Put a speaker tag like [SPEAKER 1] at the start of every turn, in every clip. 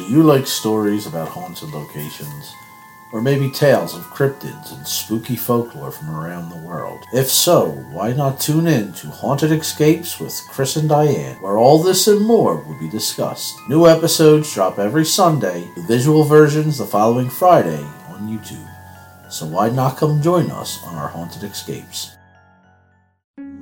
[SPEAKER 1] You like stories about haunted locations, or maybe tales of cryptids and spooky folklore from around the world. If so, why not tune in to Haunted Escapes with Chris and Diane, where all this and more will be discussed. New episodes drop every Sunday, the visual versions the following Friday on YouTube. So why not come join us on our Haunted Escapes?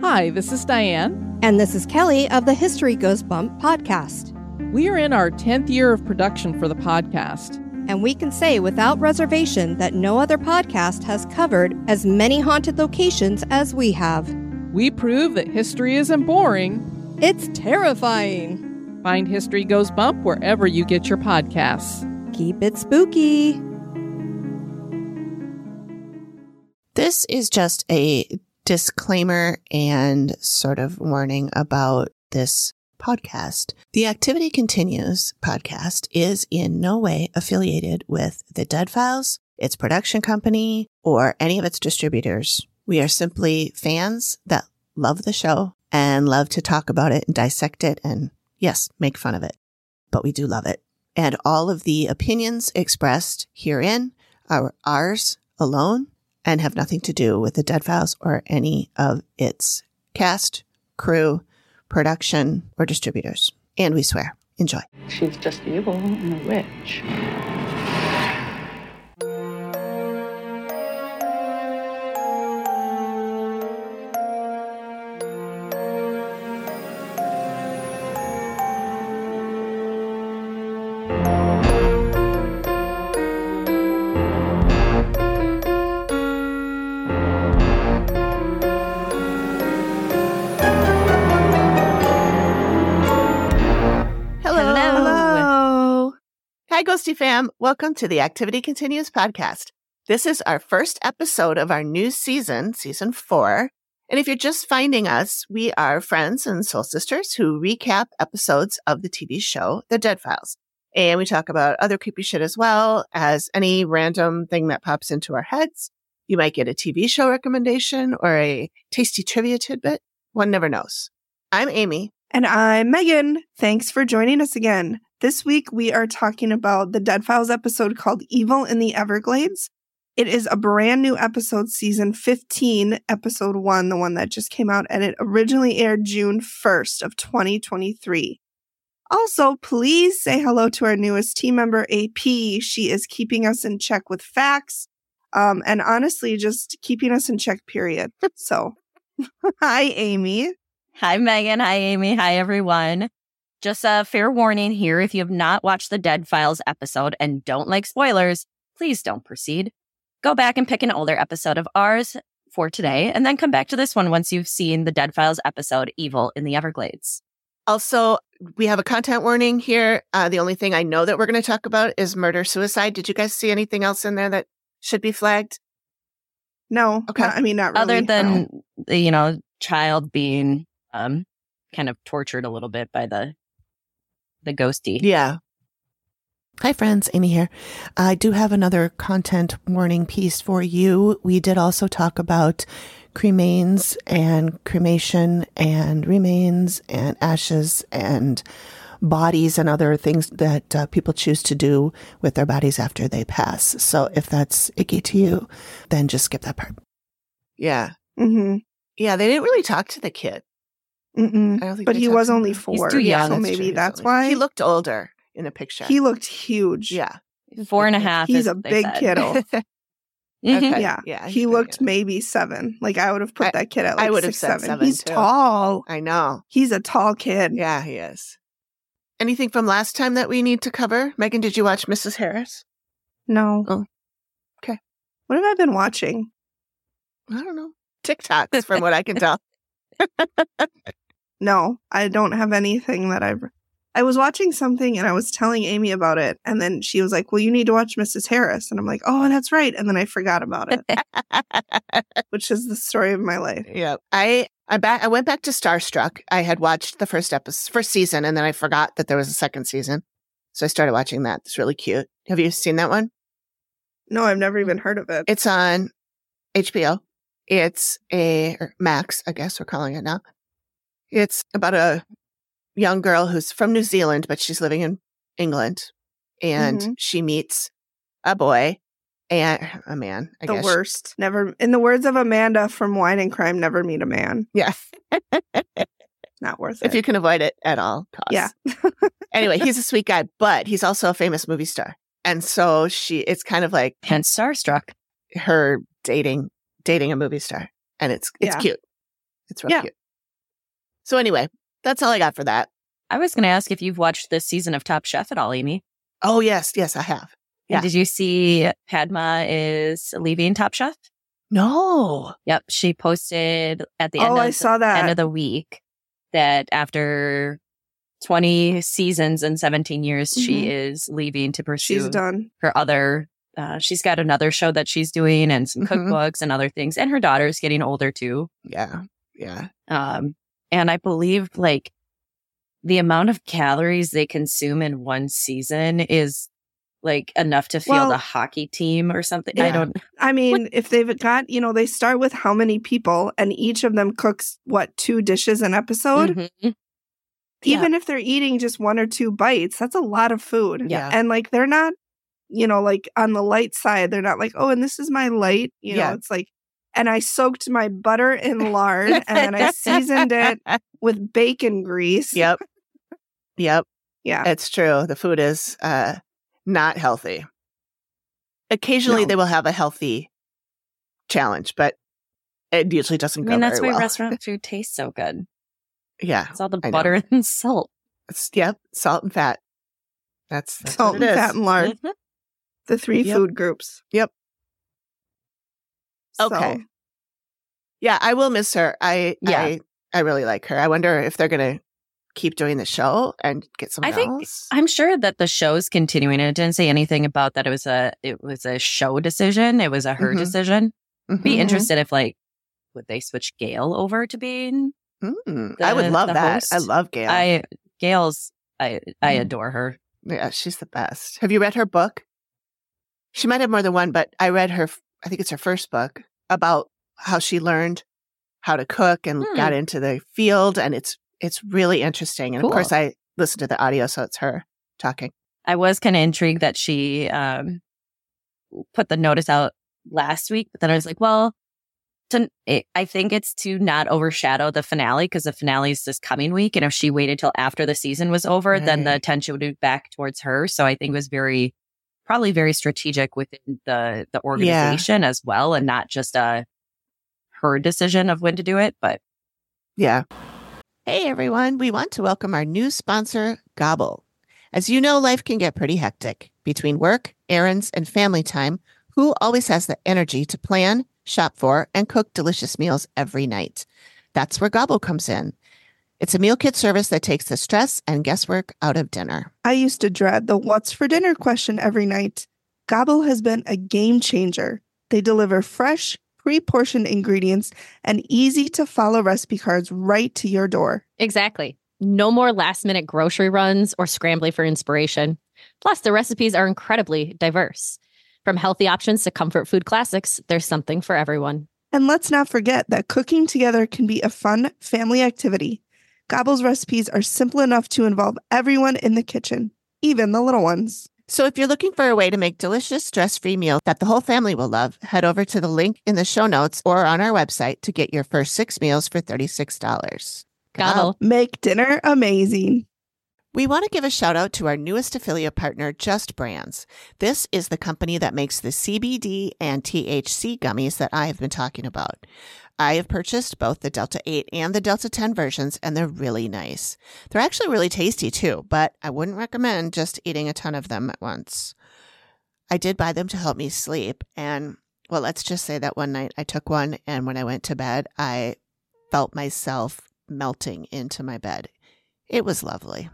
[SPEAKER 2] Hi, this is Diane.
[SPEAKER 3] And this is Kelly of the History Goes Bump podcast.
[SPEAKER 2] We are in our 10th year of production for the podcast.
[SPEAKER 3] And we can say without reservation that no other podcast has covered as many haunted locations as we have.
[SPEAKER 2] We prove that history isn't boring.
[SPEAKER 3] It's terrifying.
[SPEAKER 2] Find History Goes Bump wherever you get your podcasts.
[SPEAKER 3] Keep it spooky.
[SPEAKER 4] This is just a disclaimer and sort of warning about this podcast. The Activity Continues podcast is in no way affiliated with the Dead Files, its production company, or any of its distributors. We are simply fans that love the show and love to talk about it and dissect it and, yes, make fun of it. But we do love it. And all of the opinions expressed herein are ours alone and have nothing to do with the Dead Files or any of its cast, crew, production, or distributors. And we swear. Enjoy.
[SPEAKER 5] She's just evil and a witch.
[SPEAKER 4] Hello.
[SPEAKER 3] Hello.
[SPEAKER 4] Hi, Ghosty fam. Welcome to the Activity Continues podcast. This is our first episode of our new season, season four. And if you're just finding us, we are friends and soul sisters who recap episodes of the TV show, The Dead Files. And we talk about other creepy shit as well as any random thing that pops into our heads. You might get a TV show recommendation or a tasty trivia tidbit. One never knows. I'm Amy.
[SPEAKER 6] And I'm Megan. Thanks for joining us again. This week, we are talking about the Dead Files episode called Evil in the Everglades. It is a brand new episode, season 15, episode one, the one that just came out, and it originally aired June 1st of 2023. Also, please say hello to our newest team member, AP. She is keeping us in check with facts um, and honestly, just keeping us in check, period. So, hi, Amy.
[SPEAKER 7] Hi, Megan. Hi, Amy. Hi, everyone. Just a fair warning here if you have not watched the Dead Files episode and don't like spoilers, please don't proceed. Go back and pick an older episode of ours for today, and then come back to this one once you've seen the Dead Files episode, Evil in the Everglades.
[SPEAKER 4] Also, we have a content warning here. Uh, the only thing I know that we're going to talk about is murder suicide. Did you guys see anything else in there that should be flagged?
[SPEAKER 6] No,
[SPEAKER 4] Okay.
[SPEAKER 6] not- I mean, not really. Oh.
[SPEAKER 7] Other
[SPEAKER 6] No.
[SPEAKER 7] than, the, you know, child being um, kind of tortured a little bit by the the ghosty.
[SPEAKER 4] Yeah. Hi, friends. Amy here. I do have another content warning piece for you. We did also talk about cremains and cremation and remains and ashes and bodies and other things that uh, people choose to do with their bodies after they pass. So if that's icky to you, then just skip that part. Yeah.
[SPEAKER 6] Mhm.
[SPEAKER 4] Yeah. They didn't really talk to the kid.
[SPEAKER 6] Mm-mm.
[SPEAKER 4] I don't think
[SPEAKER 6] But
[SPEAKER 4] they
[SPEAKER 6] he
[SPEAKER 4] talked
[SPEAKER 6] was
[SPEAKER 4] to
[SPEAKER 6] only
[SPEAKER 4] him.
[SPEAKER 6] four.
[SPEAKER 7] too young.
[SPEAKER 6] So
[SPEAKER 4] that's
[SPEAKER 6] maybe
[SPEAKER 4] true.
[SPEAKER 6] that's
[SPEAKER 4] He's
[SPEAKER 6] why
[SPEAKER 4] He looked older in the picture.
[SPEAKER 6] He looked huge.
[SPEAKER 4] yeah.
[SPEAKER 7] Four and a half.
[SPEAKER 6] He's
[SPEAKER 7] is
[SPEAKER 6] a
[SPEAKER 7] what they
[SPEAKER 6] big
[SPEAKER 7] said.
[SPEAKER 6] kiddo.
[SPEAKER 7] Mhm.
[SPEAKER 4] Okay,
[SPEAKER 6] Yeah.
[SPEAKER 4] yeah, he's
[SPEAKER 6] He
[SPEAKER 4] big,
[SPEAKER 6] looked
[SPEAKER 4] yeah.
[SPEAKER 6] maybe seven. Like I would have put
[SPEAKER 4] I-
[SPEAKER 6] that kid at
[SPEAKER 4] I
[SPEAKER 6] like
[SPEAKER 4] would have
[SPEAKER 6] six,
[SPEAKER 4] said
[SPEAKER 6] seven.
[SPEAKER 4] seven,
[SPEAKER 6] He's
[SPEAKER 4] too.
[SPEAKER 6] tall.
[SPEAKER 4] I know.
[SPEAKER 6] He's a tall kid.
[SPEAKER 4] Yeah, he is. Anything from last time that we need to cover? Megan, did you watch Mrs. Harris?
[SPEAKER 6] No.
[SPEAKER 4] Oh. Okay.
[SPEAKER 6] What have I been watching?
[SPEAKER 4] I don't know. TikToks, from what I can tell.
[SPEAKER 6] No, I don't have anything that I've. I was watching something and I was telling Amy about it. And then she was like, Well, you need to watch Mrs. Harris. And I'm like, Oh, that's right. And then I forgot about it, which is the story of my life.
[SPEAKER 4] yeah, I I back I went back to Starstruck. I had watched the first episode, first season, and then I forgot that there was a second season, so I started watching that. It's really cute. Have you seen that one?
[SPEAKER 6] No, I've
[SPEAKER 4] Mm.
[SPEAKER 6] never even heard of it.
[SPEAKER 4] It's on HBO. It's a or Max, I guess we're calling it now. It's about a young girl who's from New Zealand, but she's living in England. and
[SPEAKER 6] Mhm.
[SPEAKER 4] she meets a boy and a man. I
[SPEAKER 6] the
[SPEAKER 4] guess.
[SPEAKER 6] worst. Never, in the words of Amanda from Wine and Crime, never meet a man.
[SPEAKER 4] Yeah,
[SPEAKER 6] Not worth
[SPEAKER 4] if
[SPEAKER 6] it.
[SPEAKER 4] you can avoid it at all costs.
[SPEAKER 6] Yeah.
[SPEAKER 4] anyway, he's a sweet guy, but he's also a famous movie star, and so she. It's kind of like
[SPEAKER 7] and starstruck.
[SPEAKER 4] her dating dating a movie star, and it's it's
[SPEAKER 6] Yeah.
[SPEAKER 4] cute. It's real
[SPEAKER 6] Yeah.
[SPEAKER 4] cute. So anyway, that's all I got for that.
[SPEAKER 7] I was going to ask if you've watched this season of Top Chef at all, Amy.
[SPEAKER 4] Oh yes, yes, I have. Yeah.
[SPEAKER 7] And did you see Padma is leaving Top Chef?
[SPEAKER 4] No,
[SPEAKER 7] Yep, she posted at the end
[SPEAKER 6] oh,
[SPEAKER 7] of
[SPEAKER 6] I saw that.
[SPEAKER 7] end of the week that after 20 seasons and 17 years, she is leaving to pursue
[SPEAKER 6] Mm-hmm. She's done.
[SPEAKER 7] her other. Uh, she's got another show that she's doing and some
[SPEAKER 4] Mhm.
[SPEAKER 6] Mm-hmm.
[SPEAKER 7] cookbooks and other things. And her daughter's getting older too.
[SPEAKER 4] yeah, yeah.
[SPEAKER 7] Um, and I believe like the amount of calories they consume in one season is like enough to field
[SPEAKER 6] Well-
[SPEAKER 7] a hockey team or something. I
[SPEAKER 4] Yeah.
[SPEAKER 7] don't,
[SPEAKER 6] I mean, if they've got, you know, they start with how many people and each of them cooks what, two dishes an episode?
[SPEAKER 4] Mm-hmm.
[SPEAKER 7] Mhm. Yeah.
[SPEAKER 6] Even if they're eating just one or two bites, that's a lot of food.
[SPEAKER 4] Yeah.
[SPEAKER 6] And like they're not, you know, like on the light side, they're not like, oh, and this is my light. You
[SPEAKER 4] Yeah.
[SPEAKER 6] know, it's like, and I soaked my butter in lard and then I seasoned it with bacon grease.
[SPEAKER 4] Yep, yep.
[SPEAKER 6] Yeah.
[SPEAKER 4] It's true. The food is uh, not healthy. Occasionally,
[SPEAKER 6] No.
[SPEAKER 4] they will have a healthy challenge, but it usually
[SPEAKER 7] I
[SPEAKER 4] doesn't go
[SPEAKER 7] mean, that's
[SPEAKER 4] very
[SPEAKER 7] why
[SPEAKER 4] well.
[SPEAKER 7] restaurant food tastes so good.
[SPEAKER 4] Yeah,
[SPEAKER 7] It's all the
[SPEAKER 4] I know.
[SPEAKER 7] butter and salt.
[SPEAKER 4] it's, yep. Salt and fat. That's, that's
[SPEAKER 6] Salt
[SPEAKER 4] what
[SPEAKER 6] and
[SPEAKER 4] it is. Mm-hmm.
[SPEAKER 6] fat and lard,
[SPEAKER 7] Mm-hmm.
[SPEAKER 6] the three
[SPEAKER 4] Yep.
[SPEAKER 6] food groups.
[SPEAKER 4] Yep.
[SPEAKER 6] So,
[SPEAKER 4] Okay. Yeah, I will miss her. I
[SPEAKER 7] Yeah.
[SPEAKER 4] I, I really like her. I wonder if they're gonna keep doing the show and get someone
[SPEAKER 7] I think-
[SPEAKER 4] else.
[SPEAKER 7] I'm sure that the show's continuing. It didn't say anything about that. It was a it was a show decision. It was a her
[SPEAKER 4] Mhm.
[SPEAKER 7] decision. Be
[SPEAKER 4] Mhm.
[SPEAKER 7] interested if like would they switch Gail over to being
[SPEAKER 4] Mm.
[SPEAKER 7] the-
[SPEAKER 4] I would love
[SPEAKER 7] the
[SPEAKER 4] that. I
[SPEAKER 7] host.
[SPEAKER 4] love Gail.
[SPEAKER 7] I Gail's I I
[SPEAKER 4] Mm.
[SPEAKER 7] adore her.
[SPEAKER 4] yeah, she's the best. Have you read her book? She might have more than one, but I read her. f- I think it's her first book about how she learned how to cook and
[SPEAKER 7] Hmm.
[SPEAKER 4] got into the field, and it's it's really interesting. And
[SPEAKER 7] Cool.
[SPEAKER 4] of course, I listened to the audio, so it's her talking.
[SPEAKER 7] I was kind of intrigued that she um put the notice out last week, but then I was like, well, to, it, I think it's to not overshadow the finale because the finale is this coming week, and if she waited till after the season was over, then the
[SPEAKER 4] Right.
[SPEAKER 7] attention would be back towards her. So I think it was very, probably very strategic within the the organization as well, and not just uh her decision of when to do it. But
[SPEAKER 4] Yeah. Hey everyone, we want to welcome our new sponsor, Gobble. As you know, life can get pretty hectic between work, errands, and family time. Who always has the energy to plan, shop for, and cook delicious meals every night? That's where Gobble comes in. It's a meal kit service that takes the stress and guesswork out of dinner.
[SPEAKER 6] I used to dread the what's for dinner question every night. Gobble has been a game changer. They deliver fresh, pre portioned ingredients and easy to follow recipe cards right to your door.
[SPEAKER 8] Exactly. No more last minute grocery runs or scrambling for inspiration. Plus, the recipes are incredibly diverse. From healthy options to comfort food classics, there's something for everyone.
[SPEAKER 6] And let's not forget that cooking together can be a fun family activity. Gobble's recipes are simple enough to involve everyone in the kitchen, even the little ones.
[SPEAKER 4] So if you're looking for a way to make delicious, stress-free meal that the whole family will love, head over to the link in the show notes or on our website to get your first six meals for $36.
[SPEAKER 8] Gobble.
[SPEAKER 6] Make dinner amazing.
[SPEAKER 4] We want to give a shout out to our newest affiliate partner, Just Brands. This is the company that makes the CBD and THC gummies that I have been talking about. I have purchased both the Delta 8 and the Delta 10 versions, and they're really nice. They're actually really tasty too, but I wouldn't recommend just eating a ton of them at once. I did buy them to help me sleep, and well, let's just say that one night I took one, and when I went to bed, I felt myself melting into my bed. It was lovely.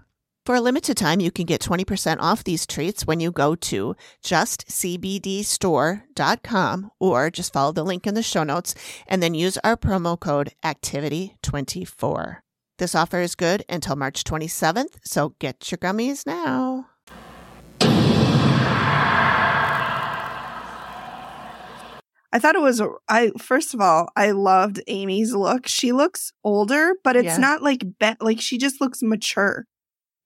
[SPEAKER 4] For a limited time, you can get 20% off these treats when you go to justcbdstore.com or just follow the link in the show notes and then use our promo code ACTIVITY24. This offer is good until March 27th, so get your gummies now.
[SPEAKER 6] I thought it was I first of all, I loved Amy's look. She looks older, but it's
[SPEAKER 4] Yeah.
[SPEAKER 6] not like be- like she just looks mature.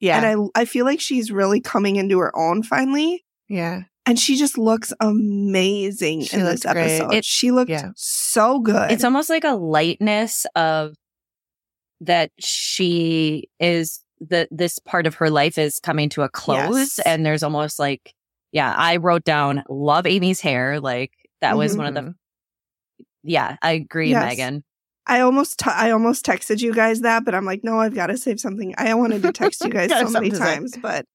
[SPEAKER 4] Yeah.
[SPEAKER 6] And I I feel like she's really coming into her own finally.
[SPEAKER 4] yeah.
[SPEAKER 6] And she just looks amazing
[SPEAKER 4] She
[SPEAKER 6] in
[SPEAKER 4] looks
[SPEAKER 6] this
[SPEAKER 4] great.
[SPEAKER 6] episode.
[SPEAKER 7] It-
[SPEAKER 6] she looked
[SPEAKER 4] yeah.
[SPEAKER 6] so good.
[SPEAKER 7] It's almost like a lightness of that she is that this part of her life is coming to a close
[SPEAKER 6] Yes.
[SPEAKER 7] and there's almost like yeah, I wrote down love Amy's hair like that was one of the
[SPEAKER 4] Mhm.
[SPEAKER 7] yeah, I agree
[SPEAKER 6] Mm-hmm. Yes.
[SPEAKER 7] Megan.
[SPEAKER 6] I almost t- I almost texted you guys that, but I'm like, no, I've got to save something. I wanted to text you guys
[SPEAKER 4] Gotta
[SPEAKER 6] so
[SPEAKER 4] something
[SPEAKER 6] many
[SPEAKER 4] to say.
[SPEAKER 6] times, but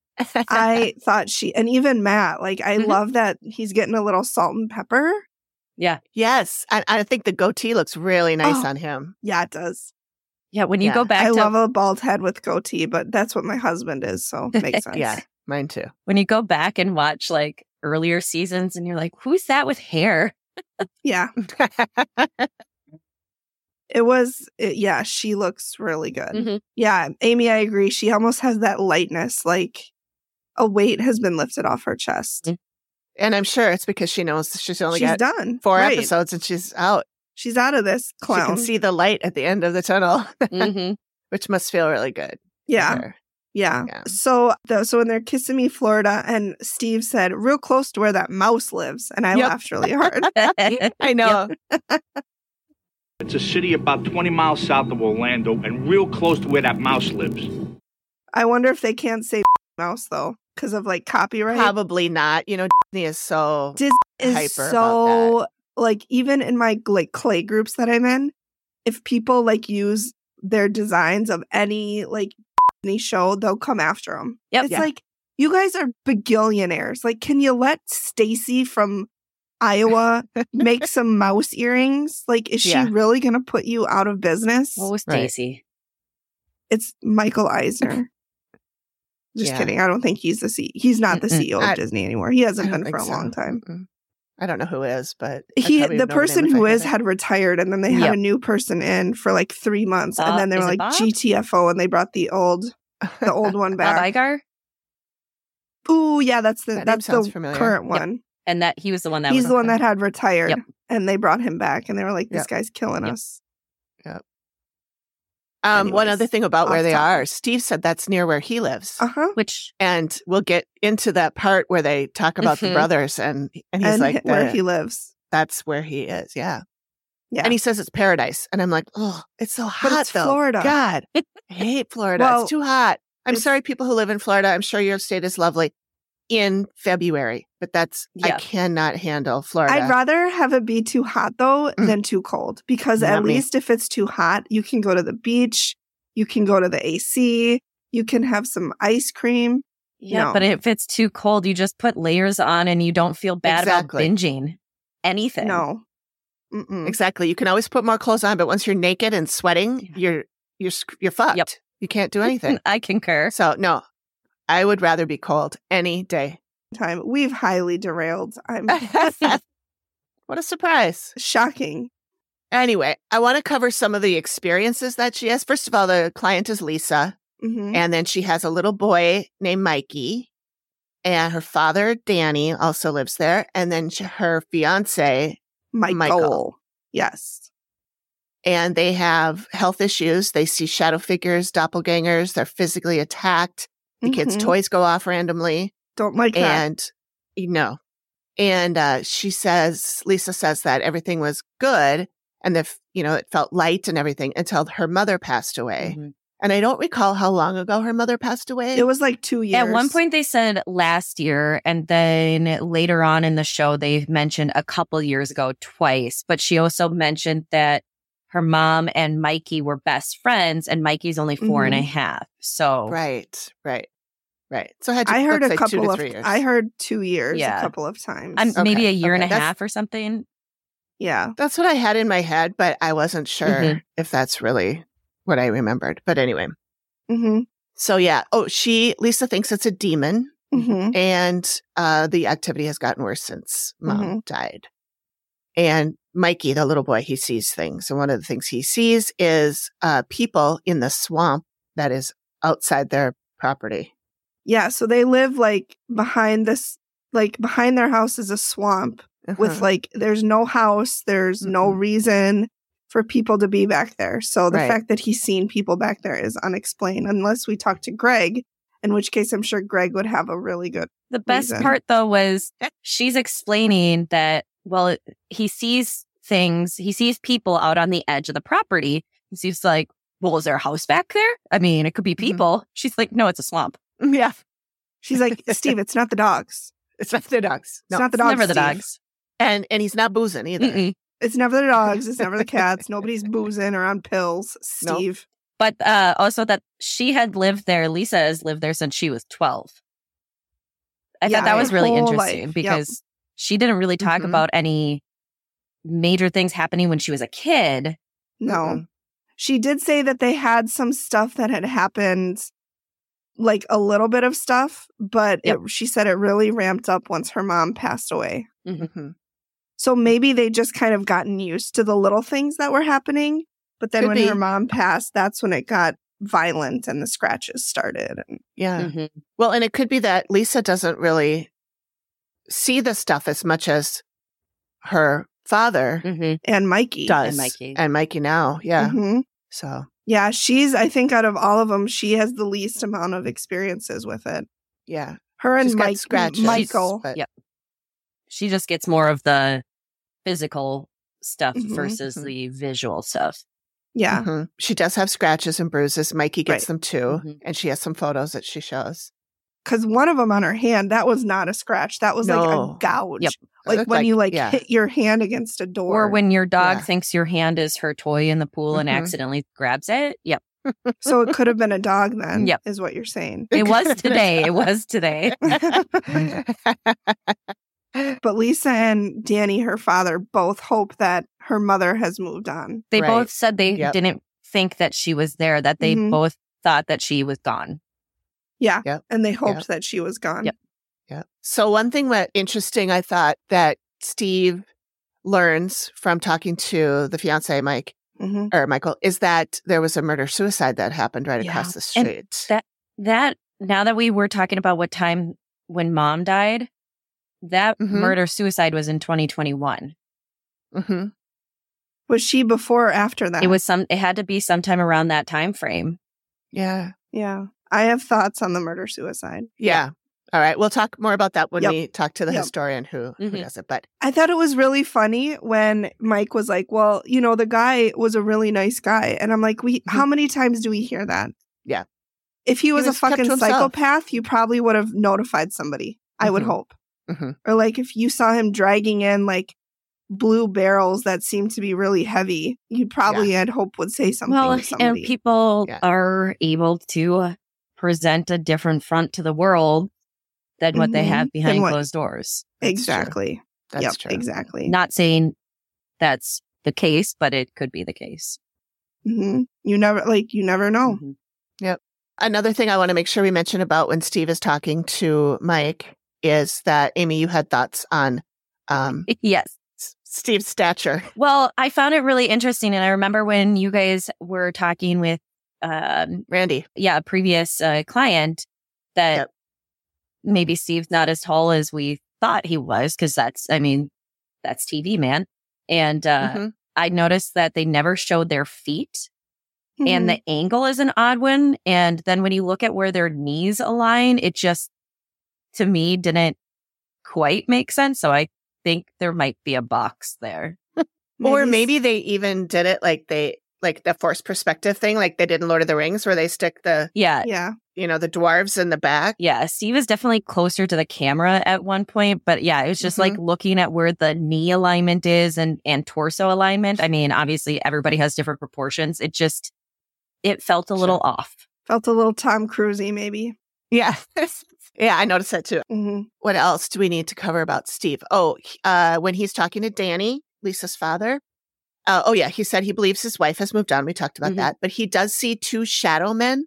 [SPEAKER 6] I thought she and even Matt, like I
[SPEAKER 4] Mm-hmm.
[SPEAKER 7] Mhm.
[SPEAKER 6] love that he's getting a little salt and pepper.
[SPEAKER 4] Yes. And I think the goatee looks really nice
[SPEAKER 6] Oh.
[SPEAKER 4] on him.
[SPEAKER 6] Yeah, it does.
[SPEAKER 7] Yeah, when you
[SPEAKER 4] Yeah,
[SPEAKER 7] go back
[SPEAKER 6] I
[SPEAKER 7] to
[SPEAKER 6] love a bald head with goatee, but that's what my husband is, so it makes sense.
[SPEAKER 4] Yeah. Mine too.
[SPEAKER 7] when you go back and watch like earlier seasons and you're like, who's that with hair?
[SPEAKER 6] Yeah. It was it, yeah, she looks really good.
[SPEAKER 4] Mm-hmm.
[SPEAKER 8] Mhm.
[SPEAKER 6] Yeah, Amy, I agree. She almost has that lightness like a weight has been lifted off her chest.
[SPEAKER 4] and I'm sure it's because she knows she's Mm-hmm. only
[SPEAKER 6] she's
[SPEAKER 4] got
[SPEAKER 6] done.
[SPEAKER 4] four
[SPEAKER 6] Right.
[SPEAKER 4] episodes and she's out.
[SPEAKER 6] She's out of this clown.
[SPEAKER 4] She can see the light at the end of the tunnel,
[SPEAKER 7] Mm-hmm.
[SPEAKER 4] which must feel really good. for
[SPEAKER 6] yeah.
[SPEAKER 4] her.
[SPEAKER 6] Yeah.
[SPEAKER 4] Yeah.
[SPEAKER 6] So though, so when they're kissing me, Florida, and Steve said, "Real close to where that mouse lives," and I
[SPEAKER 4] Yep.
[SPEAKER 6] laughed really hard.
[SPEAKER 4] I know.
[SPEAKER 9] It's a city about 20 miles south of Orlando and real close to where that mouse lives.
[SPEAKER 6] I wonder if they can't say mouse though, because of like copyright.
[SPEAKER 4] Probably not. You know, Disney is so.
[SPEAKER 6] Dis- Is
[SPEAKER 4] hyper about
[SPEAKER 6] so like even in my like clay groups that I'm in, if people like use their designs of any like any show, they'll come after them.
[SPEAKER 7] Yep.
[SPEAKER 6] It's
[SPEAKER 7] Yeah.
[SPEAKER 6] like you guys are begillionaires. Like, can you let Stacy from Iowa make some mouse earrings? Like, is she
[SPEAKER 4] Yeah.
[SPEAKER 6] really going to put you out of business?
[SPEAKER 7] What was
[SPEAKER 4] Right.
[SPEAKER 7] Stacy?
[SPEAKER 6] It's Michael Eisner. Just
[SPEAKER 4] Yeah.
[SPEAKER 6] kidding. I don't think he's the CEO. He's not the
[SPEAKER 7] Mm-mm.
[SPEAKER 6] CEO of
[SPEAKER 4] I-
[SPEAKER 6] Disney anymore. He
[SPEAKER 4] I
[SPEAKER 6] hasn't
[SPEAKER 4] don't
[SPEAKER 6] been
[SPEAKER 4] think
[SPEAKER 6] for a
[SPEAKER 4] so.
[SPEAKER 6] long time.
[SPEAKER 4] Mm-mm. I don't know who is, but I
[SPEAKER 6] He,
[SPEAKER 4] probably
[SPEAKER 6] the
[SPEAKER 4] would know name
[SPEAKER 6] person
[SPEAKER 4] if I
[SPEAKER 6] who
[SPEAKER 4] heard
[SPEAKER 6] is,
[SPEAKER 4] it.
[SPEAKER 6] had retired, and then they had
[SPEAKER 7] Yep.
[SPEAKER 6] a new person in for like three months,
[SPEAKER 7] Bob-
[SPEAKER 6] and then they were
[SPEAKER 7] is
[SPEAKER 6] like
[SPEAKER 7] it Bob?
[SPEAKER 6] GTFO, and they brought the old, the old one
[SPEAKER 7] Bob
[SPEAKER 6] back.
[SPEAKER 7] Igar?
[SPEAKER 6] Ooh, yeah, that's the
[SPEAKER 4] That name
[SPEAKER 6] that's the
[SPEAKER 4] sounds familiar.
[SPEAKER 6] current
[SPEAKER 7] Yep.
[SPEAKER 6] one.
[SPEAKER 7] And that he was the one that
[SPEAKER 6] he's
[SPEAKER 7] was
[SPEAKER 6] the one that had retired
[SPEAKER 7] Yep.
[SPEAKER 6] and they brought him back and they were like this
[SPEAKER 4] Yep.
[SPEAKER 6] guy's killing
[SPEAKER 7] Yep.
[SPEAKER 6] us
[SPEAKER 4] Um, one
[SPEAKER 6] Anyways,
[SPEAKER 4] other thing about where
[SPEAKER 6] off
[SPEAKER 4] they
[SPEAKER 6] topic.
[SPEAKER 4] are, Steve said that's near where he lives,
[SPEAKER 6] uh-huh
[SPEAKER 7] which
[SPEAKER 4] and we'll get into that part where they talk about
[SPEAKER 7] Mhm.
[SPEAKER 4] the brothers, and and he's
[SPEAKER 6] Mm-hmm. and
[SPEAKER 4] like,
[SPEAKER 6] hi- where
[SPEAKER 4] "The-
[SPEAKER 6] he lives
[SPEAKER 4] that's where he is, yeah.
[SPEAKER 6] yeah
[SPEAKER 4] And he says it's paradise, and I'm like, oh, it's so hot
[SPEAKER 6] but it's
[SPEAKER 4] though.
[SPEAKER 6] florida
[SPEAKER 4] God, I hate Florida.
[SPEAKER 6] Well,
[SPEAKER 4] it's too hot. I'm
[SPEAKER 6] it's-
[SPEAKER 4] sorry, people who live in Florida. I'm sure your state is lovely in February, but that's
[SPEAKER 7] Yeah.
[SPEAKER 4] I cannot handle Florida.
[SPEAKER 6] i'd rather have it be too hot though
[SPEAKER 4] Mm.
[SPEAKER 6] than too cold because at
[SPEAKER 4] Not me.
[SPEAKER 6] least if it's too hot you can go to the beach you can go to the ac you can have some ice cream
[SPEAKER 7] Yeah,
[SPEAKER 6] No.
[SPEAKER 7] but if it's too cold, you just put layers on and you don't feel bad
[SPEAKER 4] Exactly.
[SPEAKER 7] about binging anything.
[SPEAKER 6] no Mm-mm.
[SPEAKER 4] Exactly. You can always put more clothes on, but once you're naked and sweating,
[SPEAKER 7] Yeah.
[SPEAKER 4] you're you're sc- you're fucked.
[SPEAKER 7] Yep.
[SPEAKER 4] You can't do anything.
[SPEAKER 7] I concur.
[SPEAKER 4] so no, I would rather be cold any day.
[SPEAKER 6] time we've highly derailed i'm
[SPEAKER 4] what a surprise.
[SPEAKER 6] shocking
[SPEAKER 4] Anyway, I want to cover some of the experiences that she has. First of all, the client is Lisa,
[SPEAKER 6] Mhm.
[SPEAKER 4] and then she has a little boy named Mikey, and her father Danny also lives there, and then sh- her fiance,
[SPEAKER 6] michael.
[SPEAKER 4] Michael.
[SPEAKER 6] yes
[SPEAKER 4] and they have health issues. They see shadow figures, doppelgangers. They're physically attacked. The kids'
[SPEAKER 6] Mhm.
[SPEAKER 4] toys go off randomly.
[SPEAKER 6] don't like that
[SPEAKER 4] And, you know, and uh, she says, Lisa says that everything was good and if, you know, it felt light and everything until her mother passed away.
[SPEAKER 7] Mhm.
[SPEAKER 4] And I don't recall how long ago her mother passed away.
[SPEAKER 6] It was like two years.
[SPEAKER 7] At one point, they said last year, and then later on in the show, they mentioned a couple years ago twice. But she also mentioned that her mom and Mikey were best friends, and Mikey's only four and a
[SPEAKER 4] Mm-hmm.
[SPEAKER 6] Mhm.
[SPEAKER 7] half. So
[SPEAKER 4] Oh. right, right, right. So I, had to,
[SPEAKER 6] I heard
[SPEAKER 4] let's
[SPEAKER 6] a
[SPEAKER 4] say two
[SPEAKER 6] couple
[SPEAKER 4] to
[SPEAKER 6] of
[SPEAKER 4] three years.
[SPEAKER 6] I heard two years
[SPEAKER 7] Yeah.
[SPEAKER 6] a couple of times.
[SPEAKER 7] I'm maybe
[SPEAKER 4] Okay,
[SPEAKER 7] a year and
[SPEAKER 4] okay,
[SPEAKER 7] a
[SPEAKER 4] that's-
[SPEAKER 7] half or something.
[SPEAKER 6] yeah.
[SPEAKER 4] That's what I had in my head, but I wasn't sure
[SPEAKER 6] Mm-hmm.
[SPEAKER 7] Mhm.
[SPEAKER 4] if that's really what I remembered. But anyway.
[SPEAKER 6] hmm
[SPEAKER 4] So yeah. Oh, she Lisa thinks it's a demon,
[SPEAKER 6] hmm
[SPEAKER 4] and uh, the activity has gotten worse since mom
[SPEAKER 6] Mhm.
[SPEAKER 4] died. And Mikey, the little boy, he sees things, and one of the things he sees is uh, people in the swamp that is outside their property.
[SPEAKER 6] Yeah. So they live like behind this, like behind their house is a swamp with
[SPEAKER 4] Uh-huh.
[SPEAKER 6] like there's no house, there's no
[SPEAKER 4] Mhm.
[SPEAKER 6] reason for people to be back there. So the
[SPEAKER 4] Right.
[SPEAKER 6] fact that he's seen people back there is unexplained, unless we talk to Greg in which case I'm sure Greg would have a really good.
[SPEAKER 7] The best
[SPEAKER 6] reason.
[SPEAKER 7] part though was
[SPEAKER 6] Eh?
[SPEAKER 7] she's explaining that well he sees things, he sees people out on the edge of the property. And she's like, "Well, is there a house back there? I mean, it could
[SPEAKER 6] Mm-hmm.
[SPEAKER 7] be people." She's like, "No, it's a swamp."
[SPEAKER 4] Yeah.
[SPEAKER 6] She's like, Steve, it's not the dogs.
[SPEAKER 4] It's not the dogs.
[SPEAKER 6] It's not the dogs.
[SPEAKER 7] Never the
[SPEAKER 6] Steve.
[SPEAKER 7] dogs.
[SPEAKER 4] And and he's not boozing either.
[SPEAKER 7] Mm-mm.
[SPEAKER 6] It's never the dogs. It's never the cats. Nobody's boozing or on pills.
[SPEAKER 4] Nope.
[SPEAKER 6] Steve.
[SPEAKER 7] but uh, also that she had lived there. Lisa has lived there since she was twelve. I
[SPEAKER 6] Yeah,
[SPEAKER 7] thought that
[SPEAKER 6] her
[SPEAKER 7] was really
[SPEAKER 6] whole life.
[SPEAKER 7] interesting
[SPEAKER 6] Yep. Mm-hmm.
[SPEAKER 7] because she didn't really talk
[SPEAKER 4] Mhm.
[SPEAKER 7] about any major things happening when she was a kid.
[SPEAKER 6] No. She did say that they had some stuff that had happened, like a little bit of stuff, but it, she said it really ramped up once her mom passed away.
[SPEAKER 4] Mm-hmm.
[SPEAKER 6] So maybe they just kind of gotten used to the little things that were happening. But then
[SPEAKER 4] Could
[SPEAKER 6] when
[SPEAKER 4] be.
[SPEAKER 6] her mom passed, that's when it got violent and the scratches started. And
[SPEAKER 4] Yeah.
[SPEAKER 6] Mm-hmm.
[SPEAKER 4] Well, and it could be that Lisa doesn't really see the stuff as much as her father
[SPEAKER 7] Mm-hmm.
[SPEAKER 6] and Mikey.
[SPEAKER 4] does.
[SPEAKER 7] Mikey.
[SPEAKER 4] And Mikey now. Mm. Yeah.
[SPEAKER 6] Mhm.
[SPEAKER 4] So,
[SPEAKER 6] Yeah, she's, I think, out of all of them, she has the least amount of experiences with it.
[SPEAKER 4] yeah.
[SPEAKER 6] Her and
[SPEAKER 4] She's got
[SPEAKER 6] Mike,
[SPEAKER 4] scratches,
[SPEAKER 6] Michael.
[SPEAKER 4] but-
[SPEAKER 7] Yep. She just gets more of the physical stuff
[SPEAKER 6] Mhm.
[SPEAKER 7] versus
[SPEAKER 4] Mhm.
[SPEAKER 7] the visual stuff.
[SPEAKER 6] Yeah.
[SPEAKER 4] Mhm. She does have scratches and bruises. Mikey gets
[SPEAKER 6] Right. Mm-hmm.
[SPEAKER 4] them too.
[SPEAKER 7] Mhm.
[SPEAKER 4] And she has some photos that she shows.
[SPEAKER 6] because one of them on her hand that was not a scratch that was like a
[SPEAKER 4] No.
[SPEAKER 6] gouge
[SPEAKER 7] Yep.
[SPEAKER 4] It
[SPEAKER 6] like
[SPEAKER 4] looked
[SPEAKER 6] when you like
[SPEAKER 4] yeah.
[SPEAKER 6] hit your hand against a door
[SPEAKER 7] Or when your dog
[SPEAKER 4] Yeah.
[SPEAKER 7] thinks your hand is her toy in the pool and
[SPEAKER 4] Mhm.
[SPEAKER 7] accidentally grabs it. Yep.
[SPEAKER 6] so it could have been a dog then
[SPEAKER 7] Yep.
[SPEAKER 6] is what you're saying
[SPEAKER 7] It was today. it was today.
[SPEAKER 6] but lisa and danny her father both hope that her mother has moved on
[SPEAKER 7] They
[SPEAKER 4] Right.
[SPEAKER 7] both said they
[SPEAKER 4] Yep. Mm-hmm.
[SPEAKER 7] didn't think that she was there, that they
[SPEAKER 6] Mhm.
[SPEAKER 7] both thought that she was gone.
[SPEAKER 6] yeah
[SPEAKER 4] Yep.
[SPEAKER 6] and they hoped that she was gone
[SPEAKER 7] Yep.
[SPEAKER 4] Yeah. So one thing that interesting I thought that Steve learns from talking to the fiance Mike
[SPEAKER 6] Mhm.
[SPEAKER 4] or Michael is that there was a murder suicide that happened right
[SPEAKER 7] Yeah.
[SPEAKER 4] across the
[SPEAKER 7] And
[SPEAKER 4] street.
[SPEAKER 7] That now that we were talking about what time when mom died, that
[SPEAKER 4] Mhm.
[SPEAKER 7] murder suicide was in 2021.
[SPEAKER 4] hmm
[SPEAKER 6] was she before or after that
[SPEAKER 7] It was some it had to be sometime around that time frame.
[SPEAKER 4] Yeah.
[SPEAKER 6] yeah i have thoughts on the murder suicide
[SPEAKER 4] Yeah. All right. We'll talk more about that when
[SPEAKER 6] Yep.
[SPEAKER 4] we talk to the
[SPEAKER 6] Yep.
[SPEAKER 4] historian who, who
[SPEAKER 7] Mhm.
[SPEAKER 4] does it. But
[SPEAKER 6] I thought it was really funny when Mike was like, "Well, you know, the guy was a really nice guy," and I'm like, "We, how many times do we hear that?"
[SPEAKER 4] Mm-hmm. Yeah.
[SPEAKER 6] If he was,
[SPEAKER 4] was
[SPEAKER 6] a
[SPEAKER 4] kept
[SPEAKER 6] fucking
[SPEAKER 4] to himself.
[SPEAKER 6] psychopath, you probably would have notified somebody. I would
[SPEAKER 4] Mhm.
[SPEAKER 6] hope,
[SPEAKER 4] Mhm.
[SPEAKER 6] or like if you saw him dragging in like blue barrels that seemed to be really heavy, you probably had hope would say something.
[SPEAKER 7] well,
[SPEAKER 6] to
[SPEAKER 7] and
[SPEAKER 6] somebody.
[SPEAKER 7] people
[SPEAKER 4] Yeah.
[SPEAKER 7] are able to present a different front to the world than what they
[SPEAKER 6] Mhm.
[SPEAKER 7] have behind
[SPEAKER 6] what-
[SPEAKER 7] closed doors.
[SPEAKER 4] That's true.
[SPEAKER 6] exactly.
[SPEAKER 4] that's
[SPEAKER 6] yep,
[SPEAKER 4] true.
[SPEAKER 6] Exactly.
[SPEAKER 7] Not saying that's the case, but it could be the case.
[SPEAKER 6] hmm You never like you never know.
[SPEAKER 7] Mhm.
[SPEAKER 4] Another thing I want to make sure we mention about when Steve is talking to Mike is that Amy, you had thoughts on um,
[SPEAKER 7] yes.
[SPEAKER 4] S- Steve's stature.
[SPEAKER 7] Well, I found it really interesting, and I remember when you guys were talking with, um,
[SPEAKER 4] Randy.
[SPEAKER 7] yeah, a previous uh, client that
[SPEAKER 4] Yep.
[SPEAKER 7] maybe Steve's not as tall as we thought he was, because that's, I mean, that's TV man. And uh,
[SPEAKER 4] Mhm.
[SPEAKER 7] I noticed that they never showed their feet, Mm-hmm. and
[SPEAKER 6] Mhm.
[SPEAKER 7] the angle is an odd one. And then when you look at where their knees align, it just to me didn't quite make sense. So I think there might be a box there.
[SPEAKER 4] Or
[SPEAKER 6] s-
[SPEAKER 4] maybe they even did it like they like the forced perspective thing, like they did in Lord of the Rings, where they stick the
[SPEAKER 7] Yeah,
[SPEAKER 6] yeah.
[SPEAKER 4] you know the dwarves in the back.
[SPEAKER 7] yeah, Steve is definitely closer to the camera at one point, but yeah, it was just like looking at where the knee alignment is and and torso alignment. I mean, obviously everybody has different proportions. It just it felt a little off.
[SPEAKER 6] Felt a little Tom Cruisey, maybe.
[SPEAKER 4] Yeah, yeah, I noticed that too.
[SPEAKER 6] hmm
[SPEAKER 4] What else do we need to cover about Steve? Oh, he- uh, when he's talking to Danny, Lisa's father. Uh, oh yeah, he said he believes his wife has moved on. We talked about
[SPEAKER 7] Mhm.
[SPEAKER 4] that, but he does see two shadow men,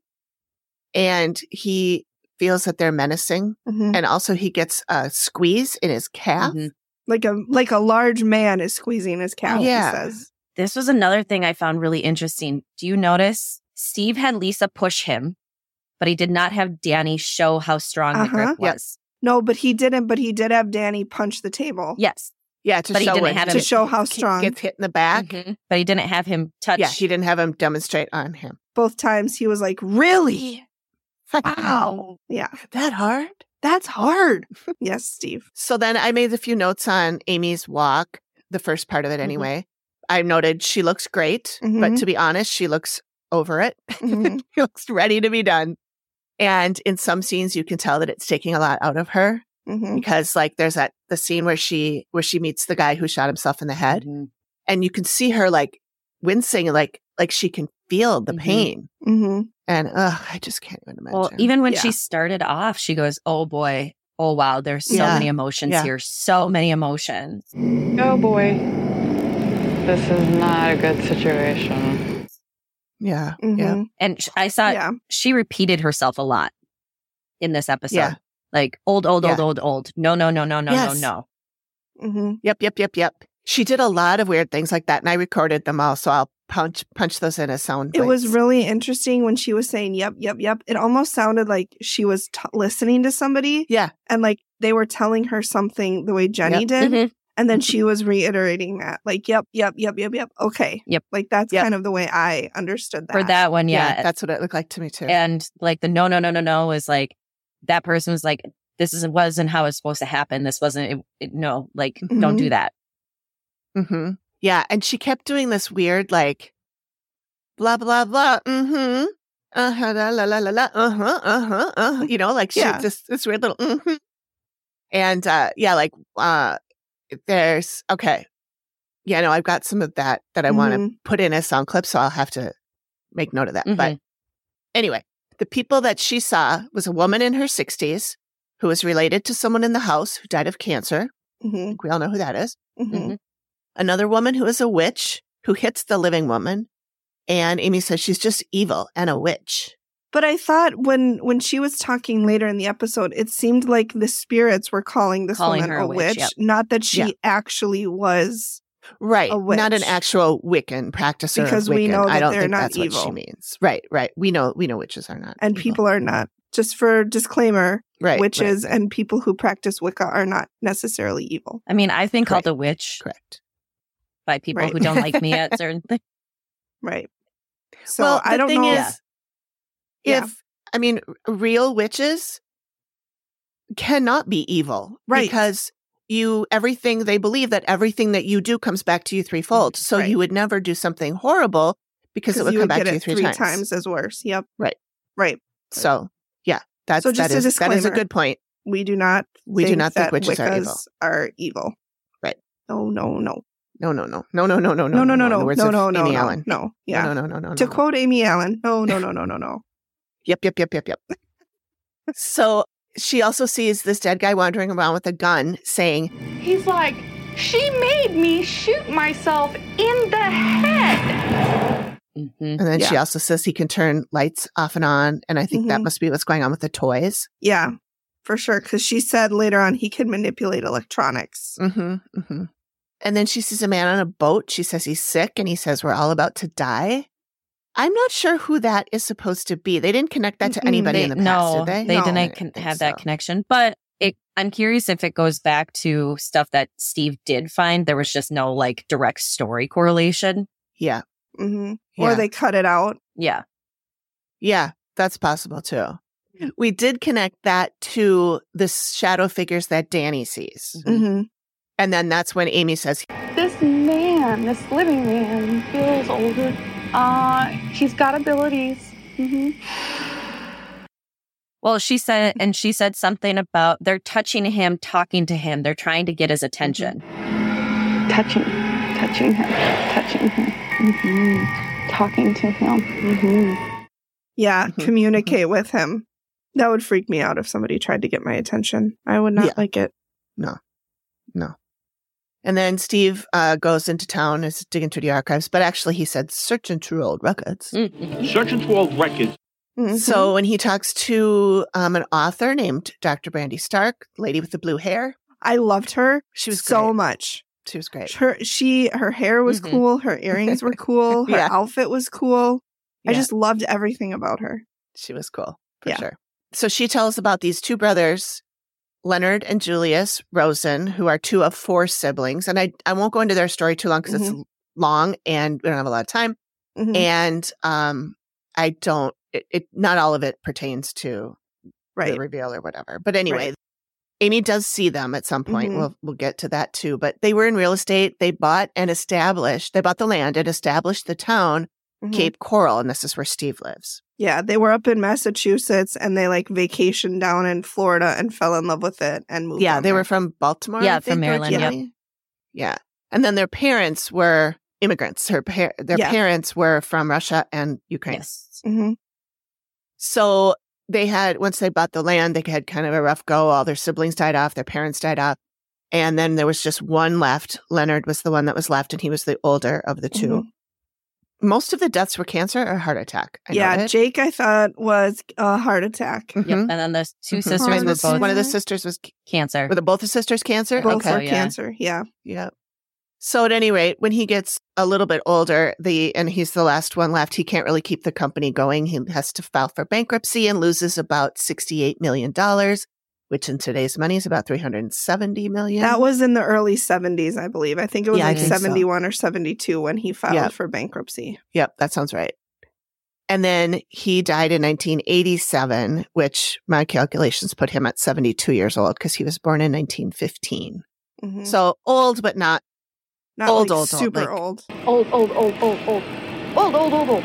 [SPEAKER 4] and he feels that they're menacing,
[SPEAKER 6] hmm
[SPEAKER 7] Mm-hmm.
[SPEAKER 4] and also he gets a squeeze in his calf.
[SPEAKER 7] Mhm.
[SPEAKER 6] like a like a large man is squeezing his calf.
[SPEAKER 4] Yeah.
[SPEAKER 6] He says,
[SPEAKER 7] This was another thing I found really interesting. Do you notice Steve had Lisa push him, but he did not have Danny show how strong the
[SPEAKER 6] Uh-huh.
[SPEAKER 7] grip
[SPEAKER 4] Yep.
[SPEAKER 7] was.
[SPEAKER 6] "No, but he didn't. But he did have Danny punch the table
[SPEAKER 7] Yes,
[SPEAKER 4] Yeah, to
[SPEAKER 7] But he
[SPEAKER 4] show
[SPEAKER 7] didn't
[SPEAKER 4] when
[SPEAKER 7] have
[SPEAKER 6] to
[SPEAKER 7] him-
[SPEAKER 6] show how
[SPEAKER 4] ki-
[SPEAKER 6] strong."
[SPEAKER 4] gets hit in the back.
[SPEAKER 7] Mhm. but he didn't have him touch.
[SPEAKER 4] Yeah, he didn't have him demonstrate on him.
[SPEAKER 6] Both times he was like, "Really?" Wow. Yeah.
[SPEAKER 4] That hard?
[SPEAKER 6] That's hard. yes, Steve.
[SPEAKER 4] So then I made a few notes on Amy's walk, the first part of
[SPEAKER 7] Mm-hmm.
[SPEAKER 4] it anyway. I noted she looks great, but
[SPEAKER 6] Mhm.
[SPEAKER 4] to be honest, she looks over it.
[SPEAKER 7] Mm-hmm.
[SPEAKER 6] Mhm.
[SPEAKER 4] she looks ready to be done. And in some scenes you can tell that it's taking a lot out of her
[SPEAKER 7] Mm-hmm.
[SPEAKER 6] hmm
[SPEAKER 4] because like there's that the scene where she where she meets the guy who shot himself in the head
[SPEAKER 7] Mm-hmm.
[SPEAKER 4] and you can see her like wincing like like she can feel the
[SPEAKER 7] Mhm.
[SPEAKER 4] pain.
[SPEAKER 6] hmm
[SPEAKER 4] And ugh, I just can't even imagine.
[SPEAKER 7] Well, even when
[SPEAKER 6] Yeah.
[SPEAKER 7] she started off, she goes, "Oh boy, oh wow, there's so
[SPEAKER 4] Yeah.
[SPEAKER 7] many emotions
[SPEAKER 4] Yeah.
[SPEAKER 7] here, so many emotions."
[SPEAKER 5] Oh boy. This is not a good situation.
[SPEAKER 4] yeah.
[SPEAKER 7] Mm-hmm.
[SPEAKER 4] Yeah.
[SPEAKER 6] hmm
[SPEAKER 7] And sh- I saw
[SPEAKER 6] Yeah.
[SPEAKER 7] she repeated herself a lot in this episode.
[SPEAKER 4] Yeah.
[SPEAKER 7] Like old, old, old,
[SPEAKER 4] Yeah.
[SPEAKER 7] old, old. No, no, no, no, no,
[SPEAKER 4] Yes.
[SPEAKER 7] no, no.
[SPEAKER 6] hmm
[SPEAKER 4] Yep, yep, yep, yep. She did a lot of weird things like that, and I recorded them all, so I'll punch punch those in as sound.
[SPEAKER 6] It was
[SPEAKER 4] bites.
[SPEAKER 6] really interesting when she was saying, yep, yep, yep. It almost sounded like she was t- listening to somebody.
[SPEAKER 4] Yeah.
[SPEAKER 6] And like they were telling her something the way Jenny
[SPEAKER 4] Yep.
[SPEAKER 6] did.
[SPEAKER 7] Mhm.
[SPEAKER 6] And then she was reiterating that, like, yep, yep, yep, yep, yep. Okay.
[SPEAKER 7] Yep.
[SPEAKER 6] Like that's
[SPEAKER 4] Yep.
[SPEAKER 6] kind of the way I understood that.
[SPEAKER 7] For that one,
[SPEAKER 4] yeah,
[SPEAKER 7] yeah.
[SPEAKER 4] that's what it looked like to me too.
[SPEAKER 7] and like the no, no, no, no, no was like that person was like, "This isn't wasn't how it's supposed to happen. This wasn't it, it- no, like don't
[SPEAKER 6] Mhm.
[SPEAKER 4] Mm-hmm.
[SPEAKER 7] do that."
[SPEAKER 4] hmm Yeah, and she kept doing this weird like, blah blah blah. Mm-hmm. Uh huh. La la la la. la Uh-huh. Uh-huh. Uh-huh. You know, like she
[SPEAKER 6] Yeah.
[SPEAKER 4] just this weird little. Mm-hmm. And uh, yeah, like uh, there's okay. Yeah, no, I've got some of that that I want to
[SPEAKER 6] Mhm.
[SPEAKER 4] put in as sound clips, so I'll have to make note of that.
[SPEAKER 6] Mm-hmm.
[SPEAKER 4] But anyway, the people that she saw was a woman in her 60s who was related to someone in the house who died of cancer. I
[SPEAKER 6] hmm
[SPEAKER 4] think we all know who that is
[SPEAKER 6] hmm
[SPEAKER 4] another woman who is a witch who hits the living woman. And Amy says she's just evil and a witch.
[SPEAKER 6] But I thought when when she was talking later in the episode, it seemed like the spirits were calling this
[SPEAKER 7] Calling
[SPEAKER 6] woman
[SPEAKER 7] her
[SPEAKER 6] a
[SPEAKER 7] a
[SPEAKER 6] witch,
[SPEAKER 7] witch, yep.
[SPEAKER 6] not that she
[SPEAKER 4] Yeah.
[SPEAKER 6] actually was.
[SPEAKER 4] Right.
[SPEAKER 6] A witch.
[SPEAKER 4] Not an actual Wiccan practicer. of
[SPEAKER 6] Because we
[SPEAKER 4] Wiccan.
[SPEAKER 6] know
[SPEAKER 4] I
[SPEAKER 6] that
[SPEAKER 4] don't
[SPEAKER 6] they're
[SPEAKER 4] think
[SPEAKER 6] not
[SPEAKER 4] that's what she
[SPEAKER 6] evil.
[SPEAKER 4] means. Right, right. We know we know witches are not.
[SPEAKER 6] And
[SPEAKER 4] evil.
[SPEAKER 6] people are not. Just for disclaimer,
[SPEAKER 4] right,
[SPEAKER 6] witches
[SPEAKER 4] right,
[SPEAKER 6] and people who practice Wicca are not necessarily evil.
[SPEAKER 7] I mean, I've been called
[SPEAKER 4] Correct.
[SPEAKER 7] a witch
[SPEAKER 4] correct.
[SPEAKER 7] by people
[SPEAKER 6] Right.
[SPEAKER 7] who don't like me at certain things.
[SPEAKER 6] Right. So
[SPEAKER 4] well,
[SPEAKER 6] I
[SPEAKER 4] the
[SPEAKER 6] don't
[SPEAKER 4] thing
[SPEAKER 6] know.
[SPEAKER 4] is
[SPEAKER 6] Yeah.
[SPEAKER 4] if I mean r- real witches cannot be evil.
[SPEAKER 6] Right.
[SPEAKER 4] Because you everything they believe that everything that you do comes back to you threefold. So
[SPEAKER 6] Mm, Right.
[SPEAKER 4] you would never do something horrible because it would
[SPEAKER 6] you
[SPEAKER 4] come back
[SPEAKER 6] get
[SPEAKER 4] to you
[SPEAKER 6] it
[SPEAKER 4] three,
[SPEAKER 6] times. as worse. Yep.
[SPEAKER 4] Right.
[SPEAKER 6] Right.
[SPEAKER 4] So yeah, that's
[SPEAKER 6] So just
[SPEAKER 4] that
[SPEAKER 6] a
[SPEAKER 4] is that is a
[SPEAKER 6] disclaimer.
[SPEAKER 4] good point.
[SPEAKER 6] We do not.
[SPEAKER 4] We do not think
[SPEAKER 6] that
[SPEAKER 4] witches are evil.
[SPEAKER 6] Wiccas are evil.
[SPEAKER 4] Right.
[SPEAKER 6] No. No. No.
[SPEAKER 4] No, no, no, no, no, no, no,
[SPEAKER 6] No. No. No. No.
[SPEAKER 4] The
[SPEAKER 6] No.
[SPEAKER 4] words
[SPEAKER 6] No.
[SPEAKER 4] of
[SPEAKER 6] No.
[SPEAKER 4] Amy
[SPEAKER 6] No.
[SPEAKER 4] Allen.
[SPEAKER 6] No. Yeah.
[SPEAKER 4] no, no, no, no, no.
[SPEAKER 6] to
[SPEAKER 4] no.
[SPEAKER 6] quote Amy Allen, no. No. No. No. No. No.
[SPEAKER 4] yep, yep, yep, yep, yep. so she also sees this dead guy wandering around with a gun, saying,
[SPEAKER 5] He's like, she made me shoot myself in the head.
[SPEAKER 7] Mhm.
[SPEAKER 4] and then she
[SPEAKER 6] Yeah.
[SPEAKER 4] also says he can turn lights off and on, and I think that
[SPEAKER 6] Mhm.
[SPEAKER 4] must be what's going on with the toys.
[SPEAKER 6] Yeah. For sure, because she said later on he can manipulate electronics.
[SPEAKER 4] Mm-hmm, mm-hmm. And then she sees a man on a boat. She says he's sick, and he says we're all about to die. I'm not sure who that is supposed to be. They didn't connect that to
[SPEAKER 6] Mm-mm.
[SPEAKER 4] anybody in the past,
[SPEAKER 7] no,
[SPEAKER 4] did they?
[SPEAKER 6] No.
[SPEAKER 7] didn't
[SPEAKER 4] I didn't
[SPEAKER 7] con-
[SPEAKER 4] think
[SPEAKER 7] have that
[SPEAKER 4] so.
[SPEAKER 7] connection. But it, I'm curious if it goes back to stuff that Steve did find. There was just no like direct story correlation.
[SPEAKER 4] Yeah.
[SPEAKER 6] hmm
[SPEAKER 4] yeah.
[SPEAKER 6] Or they cut it out.
[SPEAKER 7] Yeah.
[SPEAKER 4] Yeah, that's possible too. We did connect that to the shadow figures that Danny sees.
[SPEAKER 6] hmm
[SPEAKER 4] And then that's when Amy says,
[SPEAKER 5] This man, this living man, feels older. Uh, he's got abilities. hmm
[SPEAKER 7] Well, she said, and she said something about they're touching him, talking to him. They're trying to get his
[SPEAKER 4] Mm-hmm.
[SPEAKER 7] attention.
[SPEAKER 5] Touching, touching him, touching him. hmm Talking to him. hmm
[SPEAKER 6] Yeah,
[SPEAKER 4] Mhm,
[SPEAKER 6] communicate with him. That would freak me out if somebody tried to get my attention. I would not
[SPEAKER 4] Yeah.
[SPEAKER 6] like it.
[SPEAKER 4] and then Steve uh, goes into town, is digging through the archives, but actually he said, searching through old records.
[SPEAKER 6] Mm-hmm.
[SPEAKER 7] Mhm.
[SPEAKER 9] Searching through old records.
[SPEAKER 6] Mhm.
[SPEAKER 4] So when he talks to um, an author named Dr. Brandy Stark, lady with the blue hair,
[SPEAKER 6] I loved her.
[SPEAKER 4] She was
[SPEAKER 6] so
[SPEAKER 4] great.
[SPEAKER 6] much.
[SPEAKER 4] she was great.
[SPEAKER 6] Her she her hair was
[SPEAKER 7] Mhm.
[SPEAKER 6] cool. Her earrings were cool. Her
[SPEAKER 4] Yeah.
[SPEAKER 6] outfit was cool. I
[SPEAKER 4] Yeah.
[SPEAKER 6] just loved everything about her.
[SPEAKER 4] She was cool for
[SPEAKER 6] Yeah.
[SPEAKER 4] sure. So she tells about these two brothers, Leonard and Julius Rosen, who are two of four siblings. And I, I won't go into their story too long
[SPEAKER 6] Mm-hmm.
[SPEAKER 4] because it's long and we don't have a lot of time.
[SPEAKER 6] Mhm.
[SPEAKER 4] And um, I don't it, it not all of it pertains to
[SPEAKER 6] Right.
[SPEAKER 4] the reveal or whatever. But anyway,
[SPEAKER 6] Right.
[SPEAKER 4] Amy does see them at some point.
[SPEAKER 6] Mhm.
[SPEAKER 4] We'll we'll get to that too. But they were in real estate. They bought and established. They bought the land and established the town
[SPEAKER 6] Mhm.
[SPEAKER 4] Cape Coral, and this is where Steve lives.
[SPEAKER 6] Yeah, they were up in Massachusetts and they like vacationed down in Florida and fell in love with it and moved.
[SPEAKER 4] yeah,
[SPEAKER 6] down
[SPEAKER 4] they
[SPEAKER 6] there.
[SPEAKER 4] were from Baltimore.
[SPEAKER 7] Yeah,
[SPEAKER 4] I
[SPEAKER 7] from
[SPEAKER 4] think,
[SPEAKER 7] Maryland, yep.
[SPEAKER 4] originally. Yeah, and then their parents were immigrants. Her par- their
[SPEAKER 6] Yeah.
[SPEAKER 4] parents were from Russia and Ukraine.
[SPEAKER 7] Yes.
[SPEAKER 6] Mhm.
[SPEAKER 4] So they had once they bought the land, they had kind of a rough go. All their siblings died off, their parents died off, and then there was just one left. Leonard was the one that was left, and he was the older of the 2 Most of the deaths were cancer or heart attack. I
[SPEAKER 6] Mm-hmm. yeah,
[SPEAKER 4] noted.
[SPEAKER 6] Jake, I thought was a heart attack.
[SPEAKER 4] Mhm.
[SPEAKER 7] Yep. And then the s- two
[SPEAKER 4] Mhm.
[SPEAKER 7] sisters
[SPEAKER 4] And
[SPEAKER 7] were
[SPEAKER 4] the-
[SPEAKER 7] both
[SPEAKER 4] One of the sisters was
[SPEAKER 7] cancer.
[SPEAKER 4] were the both the sisters cancer.
[SPEAKER 6] Both
[SPEAKER 4] okay. Oh,
[SPEAKER 6] were
[SPEAKER 7] yeah.
[SPEAKER 6] cancer. Yeah.
[SPEAKER 4] Yeah. So at any rate, when he gets a little bit older, the and he's the last one left, he can't really keep the company going. He has to file for bankruptcy and loses about sixty-eight million dollars, which in today's money is about three hundred and seventy million.
[SPEAKER 6] That was in the early 70s, I believe. I think it was
[SPEAKER 4] Yeah, I
[SPEAKER 6] like
[SPEAKER 4] think so.
[SPEAKER 6] 71 or 72 when he filed
[SPEAKER 4] Yeah.
[SPEAKER 6] for bankruptcy.
[SPEAKER 4] Yep, that sounds right. And then he died in 1987, which my calculations put him at 72 years old because he was born in 1915.
[SPEAKER 6] Mhm.
[SPEAKER 4] So old, but not
[SPEAKER 6] Not
[SPEAKER 4] old,
[SPEAKER 6] like
[SPEAKER 4] old, old,
[SPEAKER 6] super
[SPEAKER 4] like-
[SPEAKER 6] old.
[SPEAKER 5] Old, old, old, old, old. Old, old, old, old.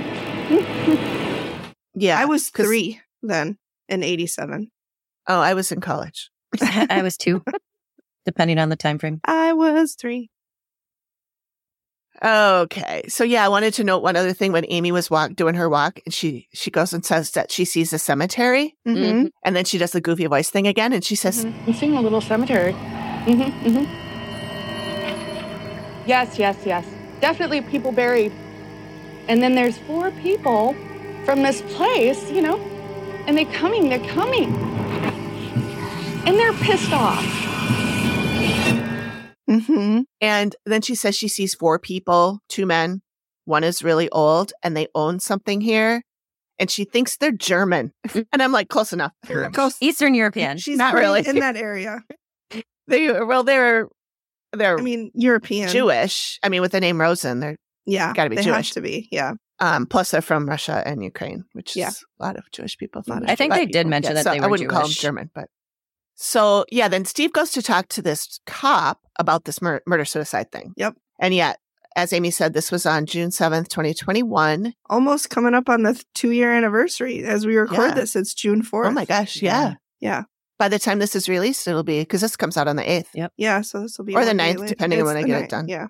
[SPEAKER 4] yeah.
[SPEAKER 6] I was
[SPEAKER 4] 'cause-
[SPEAKER 6] three then in 87.
[SPEAKER 4] Oh, I was in college.
[SPEAKER 7] I was two, depending on the time frame.
[SPEAKER 6] I was three.
[SPEAKER 4] Okay. So yeah, I wanted to note one other thing when Amy was walk doing her walk and she she goes and says that she sees a cemetery
[SPEAKER 6] Mhm.
[SPEAKER 4] and then she does the goofy voice thing again and she says
[SPEAKER 6] Mm-hmm.
[SPEAKER 5] I'm seeing a little cemetery. Mm-hmm, mm-hmm. Yes, yes, yes. Definitely people buried. And then there's four people from this place, you know, and they're coming, they're coming. And they're pissed off.
[SPEAKER 4] Mm-hmm.
[SPEAKER 6] Mhm.
[SPEAKER 4] and then she says she sees four people, two men, one is really old and they own something here and she thinks they're German.
[SPEAKER 6] Mm-hmm.
[SPEAKER 4] and I'm like close enough.
[SPEAKER 6] Close.
[SPEAKER 7] Eastern European.
[SPEAKER 6] She's
[SPEAKER 4] Not
[SPEAKER 6] pretty
[SPEAKER 4] really.
[SPEAKER 6] in that area.
[SPEAKER 4] They well they're they're
[SPEAKER 6] I mean, European.
[SPEAKER 4] Jewish. I mean with the name Rosen, they're
[SPEAKER 6] Yeah.
[SPEAKER 4] Gotta be
[SPEAKER 6] they
[SPEAKER 4] Jewish.
[SPEAKER 6] Have to be. Yeah.
[SPEAKER 4] Um, plus, they're from Russia and Ukraine, which
[SPEAKER 6] Yeah.
[SPEAKER 4] is a lot of Jewish people.
[SPEAKER 6] Mhm.
[SPEAKER 4] From
[SPEAKER 6] I
[SPEAKER 7] Mm-hmm. think they did mention that they
[SPEAKER 4] I
[SPEAKER 7] were
[SPEAKER 4] wouldn't call them
[SPEAKER 7] Jewish.
[SPEAKER 4] German, but so yeah. Then Steve goes to talk to this cop about this mur- murder suicide thing.
[SPEAKER 6] Yep.
[SPEAKER 4] And yet, as Amy said, this was on June seventh, twenty twenty one.
[SPEAKER 6] Almost coming up on the th- two year anniversary as we record
[SPEAKER 4] Yeah.
[SPEAKER 6] this. It's June 4th.
[SPEAKER 4] Oh my gosh! Yeah.
[SPEAKER 6] Yeah.
[SPEAKER 4] By the time this is released, it'll be because this comes out on the eighth.
[SPEAKER 6] Yeah. So this will be
[SPEAKER 4] Or the
[SPEAKER 6] one day
[SPEAKER 4] ninth,
[SPEAKER 6] later.
[SPEAKER 4] depending on
[SPEAKER 6] It's
[SPEAKER 4] when I
[SPEAKER 6] the
[SPEAKER 4] get it
[SPEAKER 6] ninth,
[SPEAKER 4] done.
[SPEAKER 6] Yeah.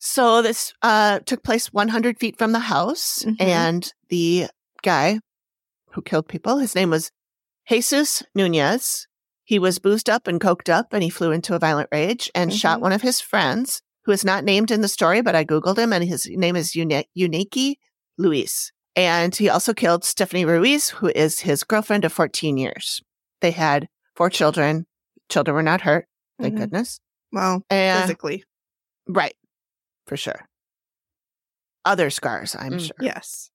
[SPEAKER 4] So this uh, took place 100 feet from the house,
[SPEAKER 6] Mhm.
[SPEAKER 4] and the guy who killed people, his name was Jesus Nunez. He was boozed up and coked up, and he flew into a violent rage and shot
[SPEAKER 6] Mhm.
[SPEAKER 4] one of his friends, who is not named in the story, but I googled him, and his name is Une- Uniki Luis. And he also killed Stephanie Ruiz, who is his girlfriend of 14 years. They had four children. Children were not hurt, thank
[SPEAKER 6] Mhm.
[SPEAKER 4] goodness.
[SPEAKER 6] Well,
[SPEAKER 4] And
[SPEAKER 6] physically.
[SPEAKER 4] Right. For sure. Other scars, I'm
[SPEAKER 7] Mm.
[SPEAKER 4] sure.
[SPEAKER 6] Yes.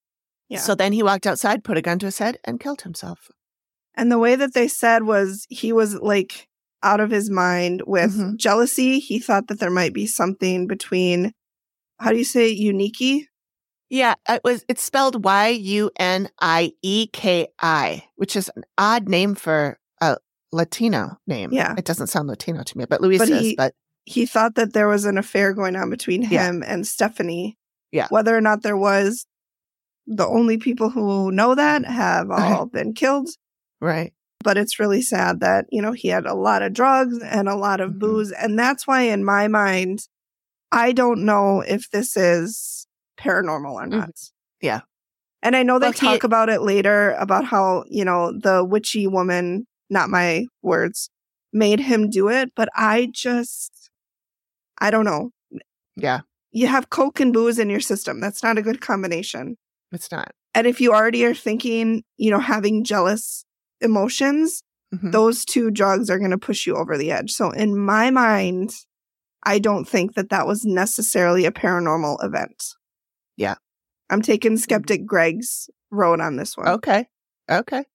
[SPEAKER 6] yeah.
[SPEAKER 4] So then he walked outside, put a gun to his head, and killed himself.
[SPEAKER 6] And the way that they said was he was like out of his mind with
[SPEAKER 4] Mhm.
[SPEAKER 6] jealousy. He thought that there might be something between, how do you say, Uniki?
[SPEAKER 4] Yeah, it was it's spelled Y U N I E K I, which is an odd name for a Latino name.
[SPEAKER 6] Yeah.
[SPEAKER 4] It doesn't sound Latino to me, but Luis
[SPEAKER 6] But
[SPEAKER 4] is,
[SPEAKER 6] he-
[SPEAKER 4] but
[SPEAKER 6] He thought that there was an affair going on between
[SPEAKER 4] Yeah.
[SPEAKER 6] him and Stephanie.
[SPEAKER 4] Yeah.
[SPEAKER 6] Whether or not there was, the only people who know that have all been killed.
[SPEAKER 4] right.
[SPEAKER 6] But it's really sad that, you know, he had a lot of drugs and a lot of
[SPEAKER 4] Mhm.
[SPEAKER 6] booze. And that's why, in my mind, I don't know if this is paranormal or not.
[SPEAKER 4] Mm-hmm. Yeah.
[SPEAKER 6] And I know they
[SPEAKER 4] Well, he-
[SPEAKER 6] talk about it later about how, you know, the witchy woman, not my words, made him do it. But I just, I don't know.
[SPEAKER 4] Yeah,
[SPEAKER 6] You have Coke and booze in your system. That's not a good combination.
[SPEAKER 4] it's not.
[SPEAKER 6] And if you already are thinking, you know, having jealous emotions,
[SPEAKER 7] Mm-hmm.
[SPEAKER 4] Mhm.
[SPEAKER 6] those two drugs are going to push you over the edge. So in my mind, I don't think that that was necessarily a paranormal event.
[SPEAKER 4] Yeah.
[SPEAKER 6] I'm
[SPEAKER 7] Mm-hmm.
[SPEAKER 6] taking skeptic Greg's road on this
[SPEAKER 7] Oh,
[SPEAKER 6] one.
[SPEAKER 4] Okay. Okay.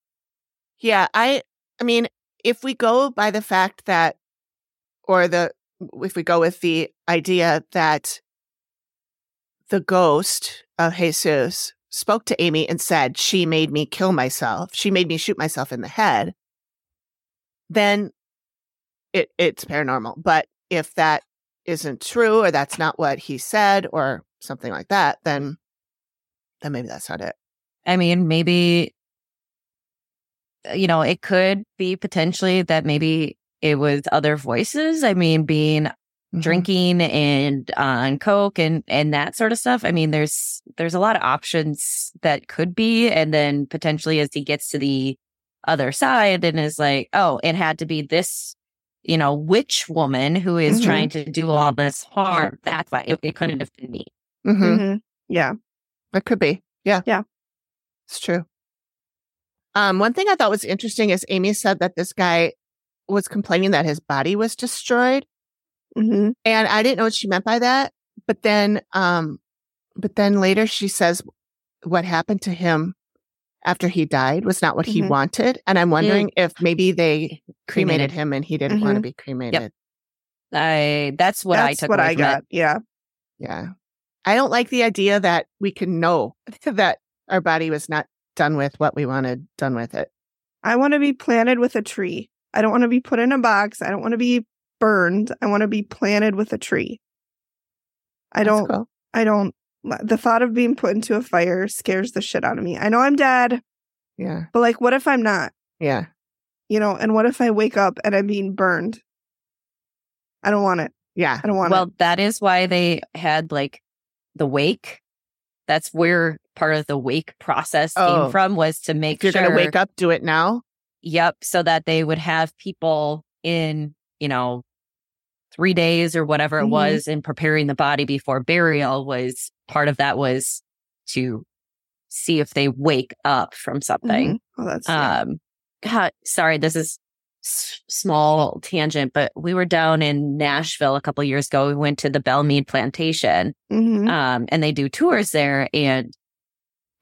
[SPEAKER 4] Yeah, I I mean, if we go by the fact that or the if we go with the idea that the ghost of Jesus spoke to Amy and said, She made me kill myself. She made me shoot myself in the head. Then it, it's paranormal. But if that isn't true or that's not what he said or something like that, then then maybe that's not it.
[SPEAKER 7] I mean, maybe, uh, you know, it could be potentially that maybe it was other voices. I mean, being
[SPEAKER 4] Mm-hmm,
[SPEAKER 7] drinking and uh, on coke and and that sort of stuff i mean there's there's a lot of options that could be and then potentially as he gets to the other side and is like oh it had to be this you know witch woman who is
[SPEAKER 6] Mhm.
[SPEAKER 7] trying to do all this harm that's why it, it couldn't have been me
[SPEAKER 4] Mm-hmm.
[SPEAKER 6] hmm Yeah.
[SPEAKER 4] It could be. Yeah.
[SPEAKER 6] Yeah.
[SPEAKER 4] It's true. Um, one thing I thought was interesting is Amy said that this guy was complaining that his body was destroyed.
[SPEAKER 6] hmm
[SPEAKER 4] And I didn't know what she meant by that. But then um but then later she says what happened to him after he died was not what he
[SPEAKER 6] Mhm.
[SPEAKER 4] wanted. And I'm wondering if maybe they cremated
[SPEAKER 7] Cremated.
[SPEAKER 4] him and he didn't want to be cremated.
[SPEAKER 7] i that's what i
[SPEAKER 6] That's
[SPEAKER 7] took
[SPEAKER 6] what
[SPEAKER 7] away
[SPEAKER 6] I
[SPEAKER 7] from it.
[SPEAKER 6] got. Yeah.
[SPEAKER 4] Yeah. I don't like the idea that we can know that our body was not done with what we wanted done with it.
[SPEAKER 6] I want to be planted with a tree. I don't want to be put in a box. I don't want to be burned. I want to be planted with a tree. I
[SPEAKER 4] That's
[SPEAKER 6] don't,
[SPEAKER 4] cool.
[SPEAKER 6] I don't, the thought of being put into a fire scares the shit out of me. I know I'm dead,
[SPEAKER 4] Yeah.
[SPEAKER 6] but like, what if I'm not,
[SPEAKER 4] Yeah.
[SPEAKER 6] you know? And what if I wake up and I'm being burned? I don't want it.
[SPEAKER 4] Yeah.
[SPEAKER 6] I don't want
[SPEAKER 7] well
[SPEAKER 6] it.
[SPEAKER 7] that is why they had like the wake that's where part of the wake process
[SPEAKER 4] Oh.
[SPEAKER 7] came from was to make
[SPEAKER 4] If you're
[SPEAKER 7] sure
[SPEAKER 4] going to wake up, do it now.
[SPEAKER 7] Yep. So that they would have people in, you know, three days or whatever it
[SPEAKER 6] Mhm.
[SPEAKER 7] was in preparing the body before burial was part of that was to see if they wake up from something.
[SPEAKER 6] Mhm. Well, that's,
[SPEAKER 4] uh,
[SPEAKER 7] Um, God, sorry, this is s- small tangent, but we were down in Nashville a couple years ago. We went to the Bellmead plantation
[SPEAKER 6] Mhm.
[SPEAKER 7] um, and they do tours there. And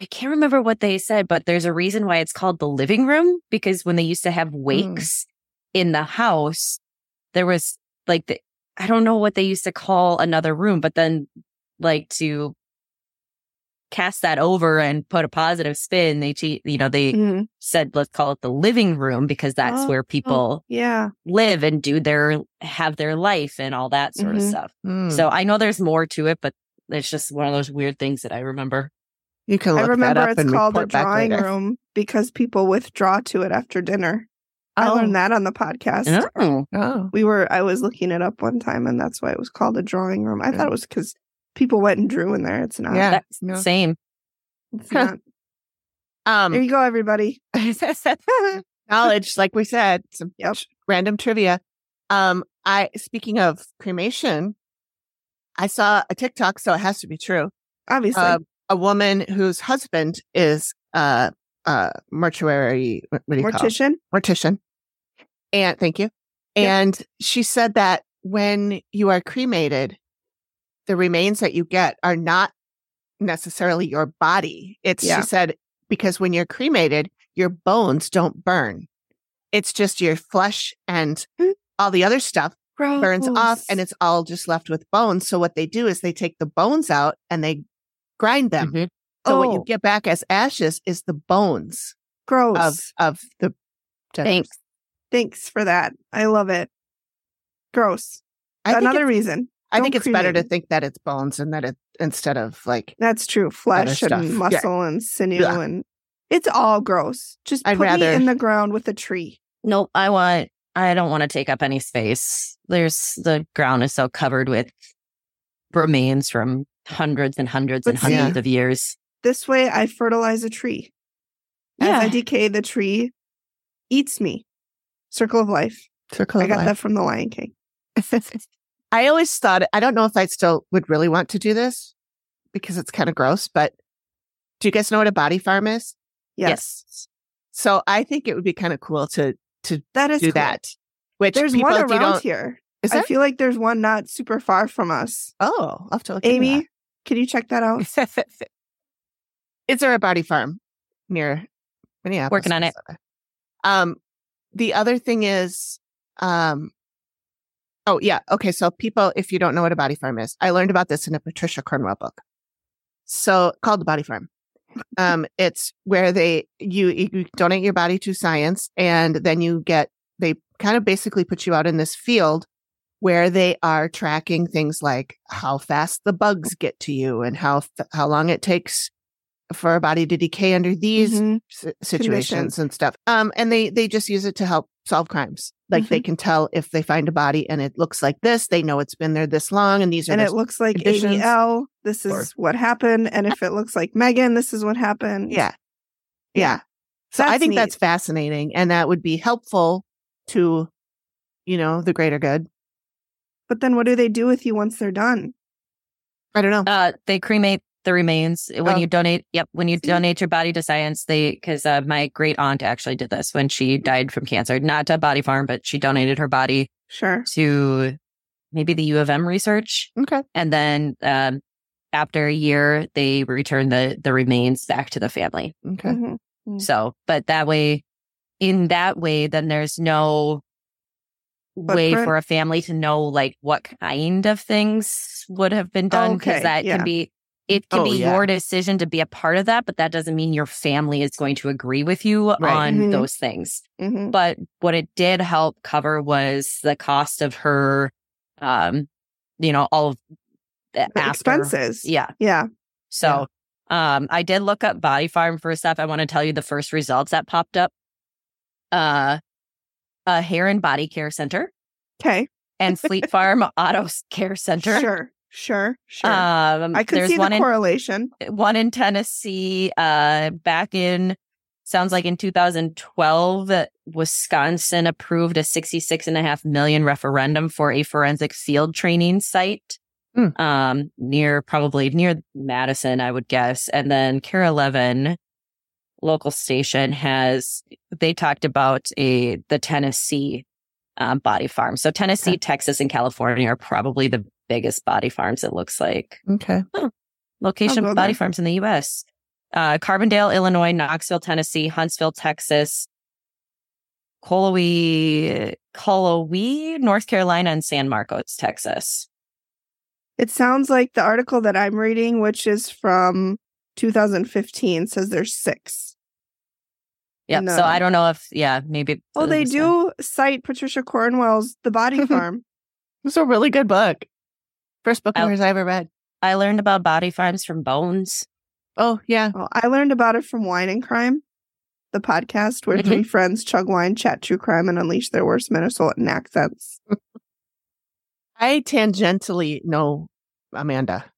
[SPEAKER 7] I can't remember what they said, but there's a reason why it's called the living room because when they used to
[SPEAKER 6] Mm.
[SPEAKER 7] have wakes in the house, there was like the, I don't know what they used to call another room, but then like to cast that over and put a positive spin, they che- you know they
[SPEAKER 6] Mhm.
[SPEAKER 7] said let's call it the living room because that's
[SPEAKER 6] Oh.
[SPEAKER 7] where people
[SPEAKER 6] Yeah.
[SPEAKER 7] live and do their have their life and all that sort of
[SPEAKER 6] Mhm.
[SPEAKER 7] stuff.
[SPEAKER 4] So
[SPEAKER 7] So I know there's more to it, but it's just one of those weird things that I remember.
[SPEAKER 4] you can look
[SPEAKER 6] I
[SPEAKER 4] that
[SPEAKER 6] remember
[SPEAKER 4] up
[SPEAKER 6] it's
[SPEAKER 4] and
[SPEAKER 6] called the
[SPEAKER 4] report back
[SPEAKER 6] drawing
[SPEAKER 4] later.
[SPEAKER 6] room because people withdraw to it after dinner. I learned that on the podcast.
[SPEAKER 7] Oh,
[SPEAKER 4] Oh,
[SPEAKER 6] We were I was looking it up one time and that's why it was called a drawing room. I thought it was because people went and drew in there. It's not.
[SPEAKER 4] yeah.
[SPEAKER 7] that's
[SPEAKER 4] no.
[SPEAKER 7] same.
[SPEAKER 6] It's not. there
[SPEAKER 4] Um,
[SPEAKER 6] you go, everybody.
[SPEAKER 4] knowledge, like we said, some
[SPEAKER 6] Yep.
[SPEAKER 4] tr- random trivia. Um, I speaking of cremation, I saw a TikTok, so it has to be true.
[SPEAKER 6] Obviously.
[SPEAKER 4] Uh, a woman whose husband is uh, uh, mortuary. What do you call it?
[SPEAKER 6] Mortician.
[SPEAKER 4] mortician. And thank you. And she said that when you are cremated, the remains that you get are not necessarily your body. It's,
[SPEAKER 6] Yeah.
[SPEAKER 4] she said, because when you're cremated, your bones don't burn. It's just your flesh and
[SPEAKER 6] Mm.
[SPEAKER 4] all the other stuff
[SPEAKER 6] Oh,
[SPEAKER 4] burns off and it's all just left with bones. So what they do is they take the bones out and they grind them.
[SPEAKER 7] Mhm.
[SPEAKER 4] So what you
[SPEAKER 6] Oh.
[SPEAKER 4] get back as ashes is the bones
[SPEAKER 6] gross.
[SPEAKER 4] of, of the dead
[SPEAKER 7] Thanks.
[SPEAKER 6] Thanks for that. I love it. Gross.
[SPEAKER 4] I think
[SPEAKER 6] Another
[SPEAKER 4] it's-
[SPEAKER 6] reason.
[SPEAKER 4] I think
[SPEAKER 6] don't
[SPEAKER 4] it's better to
[SPEAKER 6] cremate.
[SPEAKER 4] think that it's bones and that it instead of like
[SPEAKER 6] That's true. Flesh
[SPEAKER 4] stuff.
[SPEAKER 6] and
[SPEAKER 4] Yeah.
[SPEAKER 6] muscle and sinew
[SPEAKER 4] Yeah.
[SPEAKER 6] and it's all gross. Just
[SPEAKER 4] I'd
[SPEAKER 6] put
[SPEAKER 4] rather-
[SPEAKER 6] me in the ground with a tree.
[SPEAKER 7] Nope. I want. I don't want to take up any space. There's the ground is so covered with remains from hundreds and hundreds and
[SPEAKER 6] But see-
[SPEAKER 7] hundreds of years.
[SPEAKER 6] This way I fertilize a tree. As I
[SPEAKER 7] Yeah.
[SPEAKER 6] decay, the tree eats me. Circle of life.
[SPEAKER 4] circle.
[SPEAKER 6] I got that from The Lion King.
[SPEAKER 4] that. I always thought I don't know if I still would really want to do this because it's kind of gross. But do you guys know what a body farm is?
[SPEAKER 6] Yes.
[SPEAKER 4] So I think it would be kind of cool to to
[SPEAKER 6] That is
[SPEAKER 4] do
[SPEAKER 6] cool.
[SPEAKER 4] that. Which
[SPEAKER 6] There's
[SPEAKER 4] people,
[SPEAKER 6] one
[SPEAKER 4] if you
[SPEAKER 6] around
[SPEAKER 4] don't-
[SPEAKER 6] here.
[SPEAKER 4] Is
[SPEAKER 6] I
[SPEAKER 4] there?
[SPEAKER 6] feel like there's one not super far from us.
[SPEAKER 4] oh, I'll have to look. into
[SPEAKER 6] Amy, can you check that out?
[SPEAKER 4] that. is there a body farm near Minneapolis?
[SPEAKER 7] Working on it.
[SPEAKER 4] Minnesota? Um, the other thing is, um, oh yeah, okay. So people, if you don't know what a body farm is, I learned about this in a Patricia Cornwell book. So called the body farm, Um, it's where they you you donate your body to science, and then you get they kind of basically put you out in this field where they are tracking things like how fast the bugs get to you and how f- how long it takes for a body to decay under these
[SPEAKER 6] Mhm.
[SPEAKER 4] si- situations and stuff. Um, and they they just use it to help solve crimes. Like
[SPEAKER 6] Mm-hmm.
[SPEAKER 4] they can tell if they find a body and it looks like this, they know it's been there this long, and these are
[SPEAKER 6] and
[SPEAKER 4] the
[SPEAKER 6] it looks like
[SPEAKER 4] conditions.
[SPEAKER 6] ADL. This is
[SPEAKER 4] Or-
[SPEAKER 6] what happened. And if it looks like Megan, this is what happened.
[SPEAKER 4] Yeah. Yeah. So I
[SPEAKER 6] That's
[SPEAKER 4] think
[SPEAKER 6] neat.
[SPEAKER 4] that's fascinating and that would be helpful to, you know, the greater good.
[SPEAKER 6] But then what do they do with you once they're done?
[SPEAKER 4] I
[SPEAKER 6] Um,
[SPEAKER 4] don't know.
[SPEAKER 7] Uh, they cremate the remains when
[SPEAKER 4] Oh.
[SPEAKER 7] you donate. Yep, when you donate your body to science, they because uh, my great aunt actually did this when she died from cancer, not to Body Farm, but she donated her body
[SPEAKER 6] Sure.
[SPEAKER 7] to maybe the U of M research,
[SPEAKER 4] okay.
[SPEAKER 7] and then um, after a year, they return the the remains back to the family.
[SPEAKER 4] Okay.
[SPEAKER 6] Mhm. Mm.
[SPEAKER 7] So, but that way, in that way, then there's no way
[SPEAKER 6] Footprint?
[SPEAKER 7] for a family to know like what kind of things would have been done because
[SPEAKER 6] Okay,
[SPEAKER 7] that
[SPEAKER 6] yeah.
[SPEAKER 7] can be it can
[SPEAKER 4] Oh,
[SPEAKER 7] be
[SPEAKER 4] yeah.
[SPEAKER 7] your decision to be a part of that, but that doesn't mean your family is going to agree with you on
[SPEAKER 6] Mhm.
[SPEAKER 7] those things.
[SPEAKER 6] Mhm.
[SPEAKER 7] But what it did help cover was the cost of her, um, you know, all of the
[SPEAKER 6] The
[SPEAKER 7] after-
[SPEAKER 6] expenses.
[SPEAKER 7] Yeah.
[SPEAKER 6] Yeah.
[SPEAKER 7] So um I did look up Body Farm for stuff. I want to tell you the first results that popped up. Uh a hair and body care center
[SPEAKER 6] Okay.
[SPEAKER 7] and Fleet Farm Auto Care Center.
[SPEAKER 6] Sure. Sure. Sure.
[SPEAKER 7] Um
[SPEAKER 6] I could
[SPEAKER 7] there's
[SPEAKER 6] see the
[SPEAKER 7] one in
[SPEAKER 6] correlation.
[SPEAKER 7] one in Tennessee, uh back in sounds like in 2012 uh, Wisconsin approved a 66 and a half million referendum for a forensic field training site
[SPEAKER 4] Hmm.
[SPEAKER 7] um near probably near Madison I would guess and then Care 11 local station has they talked about a the Tennessee um, body farm so Tennessee Texas and California are probably the biggest body farms it looks like
[SPEAKER 4] Okay.
[SPEAKER 7] location
[SPEAKER 6] I'll go
[SPEAKER 7] of body
[SPEAKER 6] there.
[SPEAKER 7] farms in the U.S. Uh, Carbondale, Illinois, Knoxville, Tennessee, Huntsville, Texas, Colowee, Colowee, North Carolina, and San Marcos, Texas.
[SPEAKER 6] It sounds like the article that I'm reading, which is from 2015, says there's six.
[SPEAKER 7] Yep.
[SPEAKER 6] No.
[SPEAKER 7] So I don't know if, yeah, maybe.
[SPEAKER 6] Oh, they
[SPEAKER 7] it's-
[SPEAKER 6] do cite Patricia Cornwell's The Body Farm.
[SPEAKER 4] It's a really good book. First book
[SPEAKER 7] I'll-
[SPEAKER 6] Oh.
[SPEAKER 4] of hers I ever read.
[SPEAKER 7] I learned about body farms from Bones.
[SPEAKER 4] Oh yeah.
[SPEAKER 6] well, I learned about it from Wine and Crime, the podcast where three
[SPEAKER 4] Mm-hmm.
[SPEAKER 6] friends chug wine, chat true crime, and unleash their worst Minnesotan accents.
[SPEAKER 4] I tangentially know Amanda.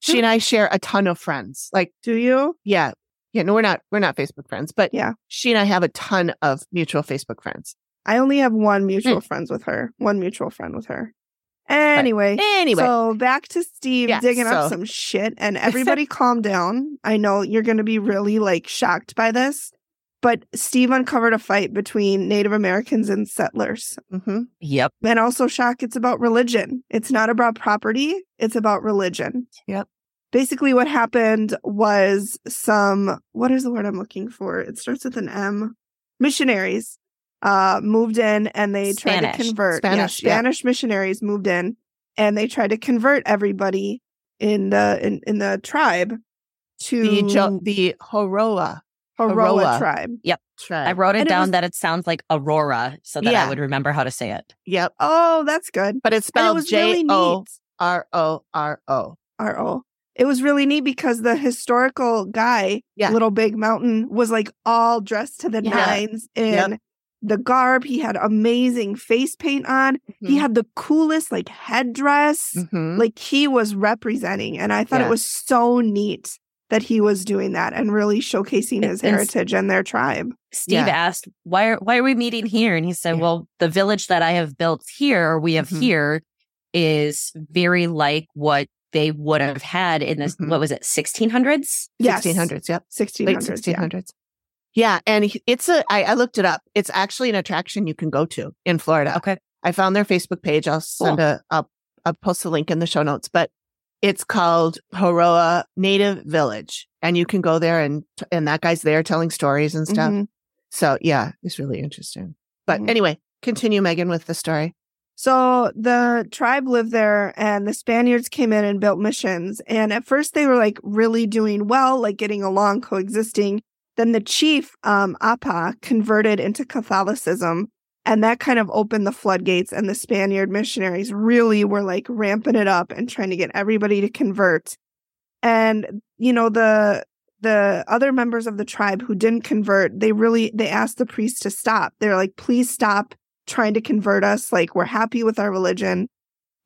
[SPEAKER 4] She and I share a ton of friends. Like,
[SPEAKER 6] Do you?
[SPEAKER 4] yeah. Yeah, no, we're not we're not Facebook friends, but
[SPEAKER 6] Yeah.
[SPEAKER 4] she and I have a ton of mutual Facebook friends.
[SPEAKER 6] I only have one mutual
[SPEAKER 4] Mm.
[SPEAKER 6] friends with her. One mutual friend with her. Anyway.
[SPEAKER 4] Anyway,
[SPEAKER 6] So back to Steve
[SPEAKER 4] Yeah,
[SPEAKER 6] digging
[SPEAKER 4] so-
[SPEAKER 6] up some shit and everybody calm down. I know you're going to be really like shocked by this, but Steve uncovered a fight between Native Americans and settlers.
[SPEAKER 4] hmm
[SPEAKER 7] Yep.
[SPEAKER 6] And also shock it's about religion. It's not about property, it's about religion.
[SPEAKER 4] Yep.
[SPEAKER 6] Basically what happened was some what is the word I'm looking for? It starts with an M. Missionaries uh moved in and they tried to
[SPEAKER 7] Spanish.
[SPEAKER 6] convert yeah,
[SPEAKER 4] Spanish, yeah.
[SPEAKER 6] Spanish missionaries moved in and they tried to convert everybody in the in, in the tribe to
[SPEAKER 4] the jo- the Horoa
[SPEAKER 6] Horoa,
[SPEAKER 4] Horoa.
[SPEAKER 6] tribe.
[SPEAKER 4] tribe.
[SPEAKER 7] I wrote it
[SPEAKER 6] And it
[SPEAKER 7] down
[SPEAKER 6] was-
[SPEAKER 7] that it sounds like Aurora so that
[SPEAKER 4] Yeah.
[SPEAKER 7] I would remember how to say it.
[SPEAKER 4] yep,
[SPEAKER 6] Oh, that's good.
[SPEAKER 4] but it's
[SPEAKER 6] And it
[SPEAKER 4] spelled
[SPEAKER 6] was really
[SPEAKER 4] J O
[SPEAKER 6] neat.
[SPEAKER 4] R O R O.
[SPEAKER 6] RO. It was really neat because the historical guy,
[SPEAKER 4] Yeah.
[SPEAKER 6] Little Big Mountain, was like all dressed to the
[SPEAKER 4] Yeah.
[SPEAKER 6] nines in
[SPEAKER 4] Yep.
[SPEAKER 6] the garb. He had amazing face paint on.
[SPEAKER 4] Mm-hmm.
[SPEAKER 6] He had the coolest like headdress.
[SPEAKER 4] Mhm.
[SPEAKER 6] Like he was representing. And I thought
[SPEAKER 4] Yeah.
[SPEAKER 6] it was so neat that he was doing that and really showcasing
[SPEAKER 7] It-
[SPEAKER 6] his
[SPEAKER 7] it's-
[SPEAKER 6] heritage and their tribe.
[SPEAKER 7] Steve
[SPEAKER 4] Yeah.
[SPEAKER 7] asked, "Why are why are we meeting here?" And he said,
[SPEAKER 4] Yeah.
[SPEAKER 7] "Well, the village that I have built here, or we have
[SPEAKER 4] Mhm.
[SPEAKER 7] here, is very like what they would have had in this.
[SPEAKER 4] Mhm.
[SPEAKER 7] What was it, sixteen hundreds?
[SPEAKER 6] Yes.
[SPEAKER 4] 1600s. Yep,
[SPEAKER 6] 1600s.
[SPEAKER 4] late
[SPEAKER 6] yeah.
[SPEAKER 4] 1600s. Yeah, and he- it's a. I, I looked it up. It's actually an attraction you can go to in Florida.
[SPEAKER 7] Okay.
[SPEAKER 4] I found their Facebook page. I'll send a. I'll, I'll post the link in the show notes, but it's called Horoa Native Village, and you can go there and and that guy's there telling stories and stuff.
[SPEAKER 6] Mhm.
[SPEAKER 4] So yeah, it's really interesting. But
[SPEAKER 6] Mhm.
[SPEAKER 4] anyway, continue Megan with the story.
[SPEAKER 6] So the tribe lived there, and the Spaniards came in and built missions. And at first, they were like really doing well, like getting along, coexisting. Then the chief, um, Apa, converted into Catholicism, and that kind of opened the floodgates. And the Spaniard missionaries really were like ramping it up and trying to get everybody to convert. And you know the the other members of the tribe who didn't convert, they really they asked the priest to stop. They're like, please stop trying to convert us. Like, we're happy with our religion.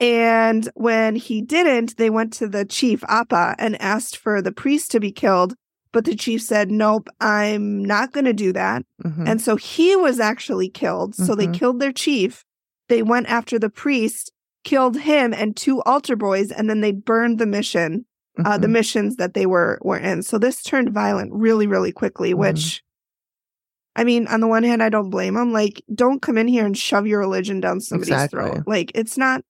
[SPEAKER 6] And when he didn't, they went to the chief, Appa, and asked for the priest to be killed. But the chief said, Nope, I'm not going to do that.
[SPEAKER 4] Mhm.
[SPEAKER 6] And so he was actually killed. So they
[SPEAKER 4] Mhm.
[SPEAKER 6] killed their chief. They went after the priest, killed him and two altar boys, and then they burned the mission, uh, the
[SPEAKER 7] Mm-hmm.
[SPEAKER 4] Mhm.
[SPEAKER 6] missions that they were were in. So this turned violent really, really quickly.
[SPEAKER 7] Mm-hmm.
[SPEAKER 4] Mhm.
[SPEAKER 6] Which, I mean, on the one hand, I don't blame them. Like, don't come in here and shove your religion down somebody's
[SPEAKER 4] Exactly.
[SPEAKER 6] throat. Like, it's not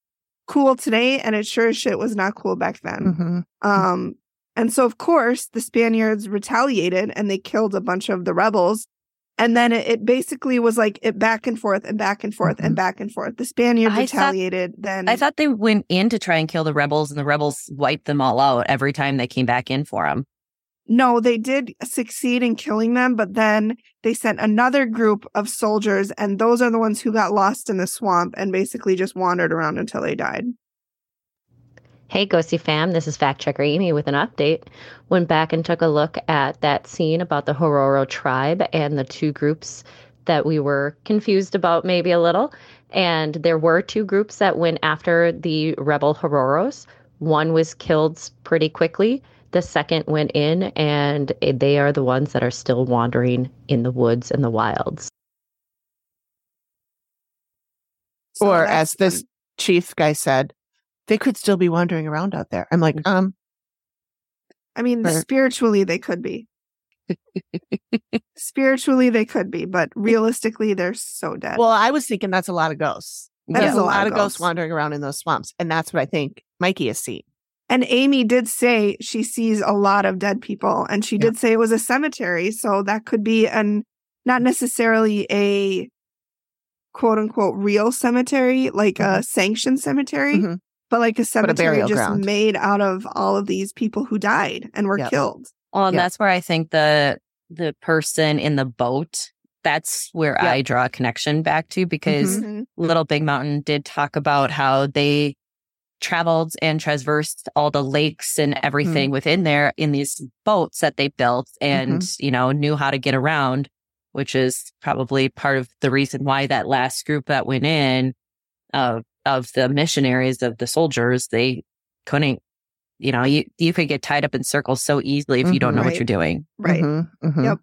[SPEAKER 6] cool today, and it sure as shit was not cool back then.
[SPEAKER 4] Mhm.
[SPEAKER 7] Mm-hmm.
[SPEAKER 6] Um, and so, of course, the Spaniards retaliated and they killed a bunch of the rebels. And then it, it basically was like it back and forth and back and forth and back and forth. The Spaniards
[SPEAKER 7] Mm-hmm. I thought-
[SPEAKER 6] retaliated. then
[SPEAKER 7] I
[SPEAKER 4] Mm.
[SPEAKER 7] thought they went in to try and kill the rebels, and the rebels wiped them all out every time they came back in for them.
[SPEAKER 6] no, they did succeed in killing them, but then they sent another group of soldiers, and those are the ones who got lost in the swamp and basically just wandered around until they died.
[SPEAKER 10] Hey, Ghosty fam, this is Fact Checker Amy with an update. Went back and took a look at that scene about the Hororo tribe and the two groups that we were confused about, maybe a little. And there were two groups that went after the rebel Hororos. One was killed pretty quickly, the second went in, and they are the ones that are still wandering in the woods and the wilds.
[SPEAKER 6] So
[SPEAKER 4] or
[SPEAKER 6] that's
[SPEAKER 4] as this chief guy said, they could still be wandering around out there. I'm like,
[SPEAKER 6] Mm-hmm.
[SPEAKER 4] um,
[SPEAKER 6] I mean,
[SPEAKER 4] Right.
[SPEAKER 6] spiritually, they could be. spiritually, they could be, but realistically, they're so dead.
[SPEAKER 4] well, I was thinking that's a lot of ghosts.
[SPEAKER 6] That
[SPEAKER 4] There's
[SPEAKER 6] is
[SPEAKER 4] a lot of ghosts wandering around in those swamps, and that's what I think Mikey is seeing.
[SPEAKER 6] And Amy did say she sees a lot of dead people, and she did say it was a cemetery, so that could be an not necessarily a quote unquote real cemetery, like
[SPEAKER 4] Mm-hmm.
[SPEAKER 6] a sanctioned cemetery,
[SPEAKER 4] Mhm.
[SPEAKER 6] but like a cemetery
[SPEAKER 4] burial
[SPEAKER 6] just
[SPEAKER 4] ground.
[SPEAKER 6] made out of all of these people who died and were
[SPEAKER 4] Yep.
[SPEAKER 6] killed.
[SPEAKER 7] Well, and
[SPEAKER 4] Yeah.
[SPEAKER 7] that's where I think the the person in the boat. That's where
[SPEAKER 4] Yeah.
[SPEAKER 7] I draw a connection back to because
[SPEAKER 6] Mm-hmm.
[SPEAKER 7] Little Big Mountain did talk about how they traveled and traversed all the lakes and everything within there in these boats that they built and, you know, knew how to get around, which is probably part of the reason why that last group that went in of of the missionaries of the soldiers, they couldn't, you know, you, you could get tied up in circles so easily if you don't
[SPEAKER 4] Mhm.
[SPEAKER 7] know what
[SPEAKER 6] Right.
[SPEAKER 7] you're doing.
[SPEAKER 6] Right.
[SPEAKER 4] Mhm, mhm.
[SPEAKER 6] Yep.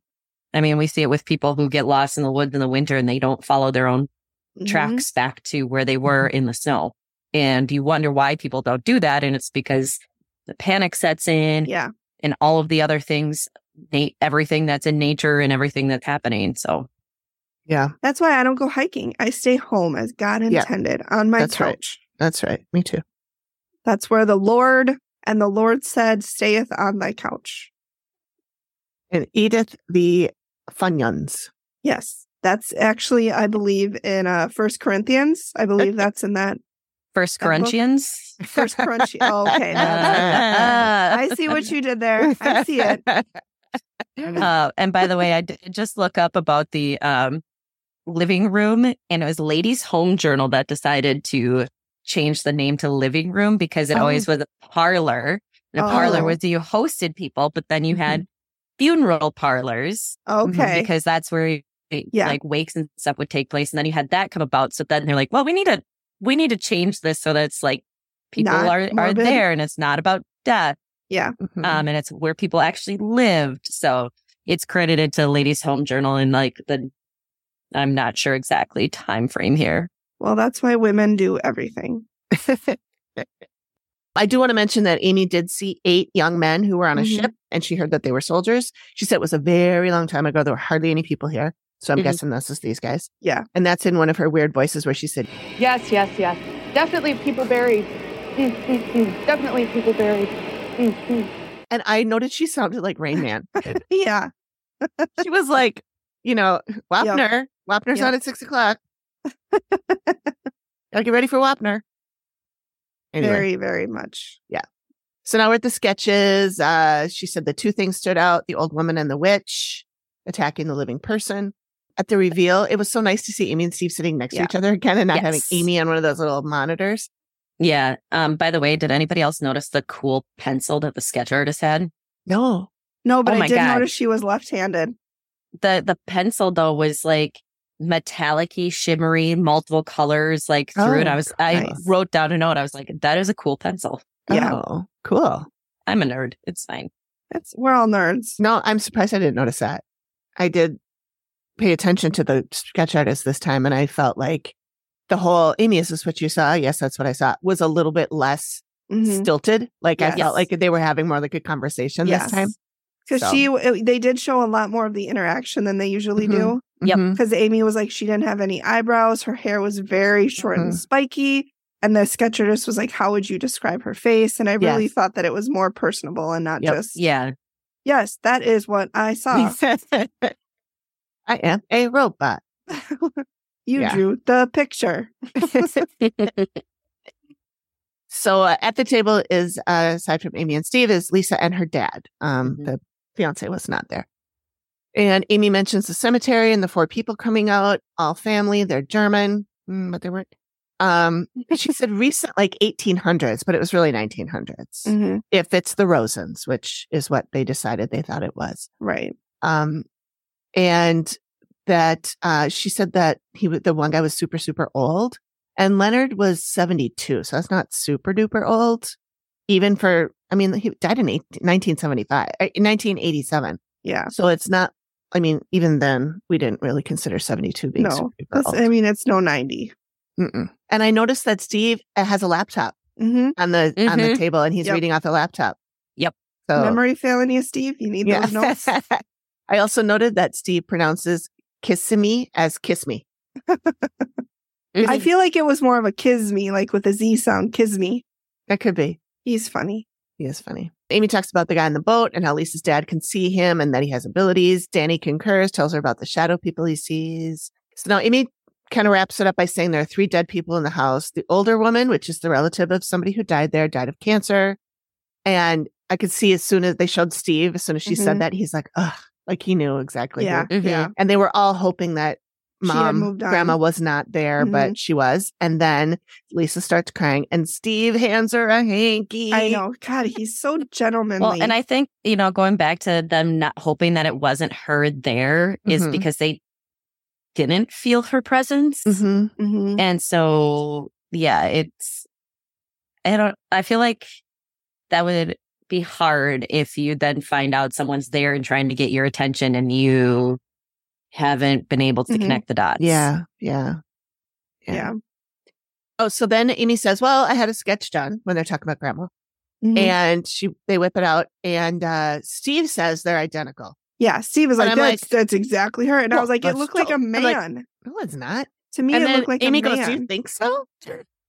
[SPEAKER 7] I mean, we see it with people who get lost in the woods in the winter and they don't follow their own
[SPEAKER 6] Mhm.
[SPEAKER 7] tracks back to where they were
[SPEAKER 6] Mm-hmm.
[SPEAKER 7] in the snow. And you wonder why people don't do that. And it's because the panic sets in
[SPEAKER 6] Yeah.
[SPEAKER 7] and all of the other things, na- everything that's in nature and everything that's happening. So
[SPEAKER 4] Yeah,
[SPEAKER 6] That's why I don't go hiking. I stay home as God
[SPEAKER 4] Yeah.
[SPEAKER 6] intended on my
[SPEAKER 4] That's
[SPEAKER 6] couch.
[SPEAKER 4] right. that's right. Me too.
[SPEAKER 6] That's where the Lord and the Lord said, stayeth on thy couch.
[SPEAKER 4] And Edith the Funyuns.
[SPEAKER 6] Yes. That's actually, I believe, in uh First Corinthians. I believe that's in that
[SPEAKER 7] First
[SPEAKER 6] That book-
[SPEAKER 7] Corinthians.
[SPEAKER 6] First Corinthians. Oh, okay. that's- I see what you did there. I see it.
[SPEAKER 7] Uh, and by the way, I did just look up about the um, living room, and it was Ladies' Home Journal that decided to change the name to living room because it
[SPEAKER 4] Oh.
[SPEAKER 7] always was a parlor. And a parlor
[SPEAKER 6] Oh. Mm-hmm.
[SPEAKER 7] was you hosted people, but then you had funeral parlors mm,
[SPEAKER 6] Okay.
[SPEAKER 7] Mm-hmm, because that's where
[SPEAKER 6] Yeah.
[SPEAKER 7] like wakes and stuff would take place, and then you had that come about. So then they're like, well, we need to we need to change this so that it's like people
[SPEAKER 6] Not
[SPEAKER 7] are are
[SPEAKER 6] morbid.
[SPEAKER 7] there and it's not about death
[SPEAKER 4] Mm-hmm.
[SPEAKER 7] um, and it's where people actually lived. So it's credited to Ladies' Home Journal in like the I'm not sure exactly time frame here.
[SPEAKER 6] Well, that's why women do everything.
[SPEAKER 4] I do want to mention that Amy did see eight young men who were on a
[SPEAKER 7] Mhm.
[SPEAKER 4] ship and she heard that they were soldiers. She said it was a very long time ago. There were hardly any people here. So I'm
[SPEAKER 7] Mhm.
[SPEAKER 4] guessing this is these guys.
[SPEAKER 6] Yeah.
[SPEAKER 4] And that's in one of her weird voices where she said,
[SPEAKER 5] Yes, yes, yes. Definitely people buried. Mm, mm, mm. Definitely people buried. Mm, mm.
[SPEAKER 4] and I noticed she sounded like Rain Man.
[SPEAKER 6] Yeah.
[SPEAKER 4] she was like, you know, Wapner. Wapner's
[SPEAKER 6] Yep.
[SPEAKER 4] on at six o'clock. Gotta get ready for Wapner. Anyway,
[SPEAKER 6] Very, very much.
[SPEAKER 4] so now we're at the sketches. Uh, she said the two things stood out: the old woman and the witch attacking the living person. At the reveal, it was so nice to see Amy and Steve sitting next
[SPEAKER 7] Yeah.
[SPEAKER 4] to each other again, and not having
[SPEAKER 7] Yes.
[SPEAKER 4] Amy on one of those little monitors.
[SPEAKER 7] Yeah. Um, by the way, did anybody else notice the cool pencil that the sketch artist had?
[SPEAKER 4] No,
[SPEAKER 6] No, but
[SPEAKER 7] Oh
[SPEAKER 6] I
[SPEAKER 7] my
[SPEAKER 6] did
[SPEAKER 7] God.
[SPEAKER 6] notice she was left handed.
[SPEAKER 7] The the pencil though was like metallic-y, shimmery, multiple colors like through it.
[SPEAKER 4] Oh,
[SPEAKER 7] I was I
[SPEAKER 4] nice.
[SPEAKER 7] wrote down a note. I was like, that is a cool pencil.
[SPEAKER 6] Yeah.
[SPEAKER 4] Oh, cool.
[SPEAKER 7] I'm a nerd. It's fine.
[SPEAKER 6] That's we're all nerds.
[SPEAKER 4] No, I'm surprised I didn't notice that. I did pay attention to the sketch artist this time, and I felt like the whole Amy, is this what you saw? Yes, that's what I saw. Was a little bit less
[SPEAKER 6] Mhm.
[SPEAKER 4] stilted. Like I
[SPEAKER 6] Yes.
[SPEAKER 4] felt like they were having more like a conversation this time.
[SPEAKER 6] Because
[SPEAKER 4] So.
[SPEAKER 6] she, it- they did show a lot more of the interaction than they usually
[SPEAKER 7] Mm-hmm.
[SPEAKER 6] do.
[SPEAKER 7] Yep.
[SPEAKER 4] Mhm.
[SPEAKER 6] Because Amy was like, she didn't have any eyebrows. Her hair was very short and spiky. And the sketch artist was like, how would you describe her face? And I really
[SPEAKER 4] Yes.
[SPEAKER 6] thought that it was more personable and not
[SPEAKER 4] Yep.
[SPEAKER 6] just,
[SPEAKER 7] Yeah.
[SPEAKER 6] yes, that is what I saw.
[SPEAKER 4] Mm-hmm. I am a robot.
[SPEAKER 6] you
[SPEAKER 4] Yeah.
[SPEAKER 6] drew the picture.
[SPEAKER 4] so uh, at the table is uh, aside from Amy and Steve is Lisa and her dad. Um,
[SPEAKER 7] Mhm.
[SPEAKER 4] The fiance was not there. And Amy mentions the cemetery and the four people coming out, all family. They're German, Mm, but they weren't. Um, she said recent, like 1800s, but it was really 1900s.
[SPEAKER 6] Mhm.
[SPEAKER 4] If it's the Rosens, which is what they decided they thought it was.
[SPEAKER 6] Right.
[SPEAKER 4] um, and that uh, she said that he wa- the one guy was super super old, and Leonard was seventy two, so that's not super duper old, even for I mean he died in 18, 1975, uh, 1987,
[SPEAKER 6] Yeah.
[SPEAKER 4] so it's not. I mean, even then, we didn't really consider seventy two being
[SPEAKER 6] No,
[SPEAKER 4] super duper
[SPEAKER 6] That's,
[SPEAKER 4] old.
[SPEAKER 6] I mean, it's no 90.
[SPEAKER 4] Mm-mm. And I noticed that Steve uh, has a laptop
[SPEAKER 6] hmm
[SPEAKER 4] on the on the
[SPEAKER 7] Mhm.
[SPEAKER 4] table, and he's
[SPEAKER 6] Yep.
[SPEAKER 4] reading off the laptop.
[SPEAKER 7] Yep.
[SPEAKER 4] So
[SPEAKER 6] Memory failing you, Steve. You need those notes.
[SPEAKER 4] I also noted that Steve pronounces Kissimmee as kiss me.
[SPEAKER 6] I feel like it was more of a kiss me, like with a Z sound, kiss me.
[SPEAKER 4] That could be.
[SPEAKER 6] He's funny.
[SPEAKER 4] He is funny. Amy talks about the guy on the boat and how Lisa's dad can see him and that he has abilities. Danny concurs, tells her about the shadow people he sees. So now Amy kind of wraps it up by saying there are three dead people in the house. The older woman, which is the relative of somebody who died there, died of cancer. And I could see as soon as they showed Steve, as soon as she said
[SPEAKER 6] Mhm.
[SPEAKER 4] that, he's like, ugh, like he knew exactly. who-
[SPEAKER 6] yeah.
[SPEAKER 7] Mhm.
[SPEAKER 6] Yeah.
[SPEAKER 4] And they were all hoping that
[SPEAKER 6] She had
[SPEAKER 4] mom,
[SPEAKER 6] moved on. Mm-hmm.
[SPEAKER 4] grandma was not there, but she was. And then Lisa starts crying and Steve hands her a hanky.
[SPEAKER 6] I know. God, he's so gentlemanly.
[SPEAKER 7] Well, and I think, you know, going back to them not hoping that it wasn't her there is
[SPEAKER 4] Mhm.
[SPEAKER 7] because they didn't feel her presence.
[SPEAKER 4] Mhm.
[SPEAKER 6] Mhm.
[SPEAKER 7] And so, yeah, it's, I don't, I feel like that would be hard if you then find out someone's there and trying to get your attention and you haven't been able to
[SPEAKER 6] Mhm.
[SPEAKER 7] connect the dots.
[SPEAKER 4] Yeah, yeah.
[SPEAKER 6] yeah.
[SPEAKER 4] Oh, so then Amy says, "Well, I had a sketch done when they're talking about grandma."
[SPEAKER 6] Mhm.
[SPEAKER 4] And she they whip it out and uh Steve says they're identical.
[SPEAKER 6] yeah. Steve was
[SPEAKER 4] And
[SPEAKER 6] like,
[SPEAKER 4] I'm like,
[SPEAKER 6] that's, that's exactly her. And I
[SPEAKER 4] "Well,
[SPEAKER 6] was like, it
[SPEAKER 4] that's
[SPEAKER 6] looked like
[SPEAKER 4] dope."
[SPEAKER 6] a
[SPEAKER 4] I'm like,
[SPEAKER 6] man.
[SPEAKER 4] No, it's not.
[SPEAKER 6] to me,
[SPEAKER 4] and
[SPEAKER 6] it
[SPEAKER 4] then
[SPEAKER 6] looked like
[SPEAKER 4] Amy
[SPEAKER 6] a
[SPEAKER 4] goes,
[SPEAKER 6] man.
[SPEAKER 4] "Do you think so?"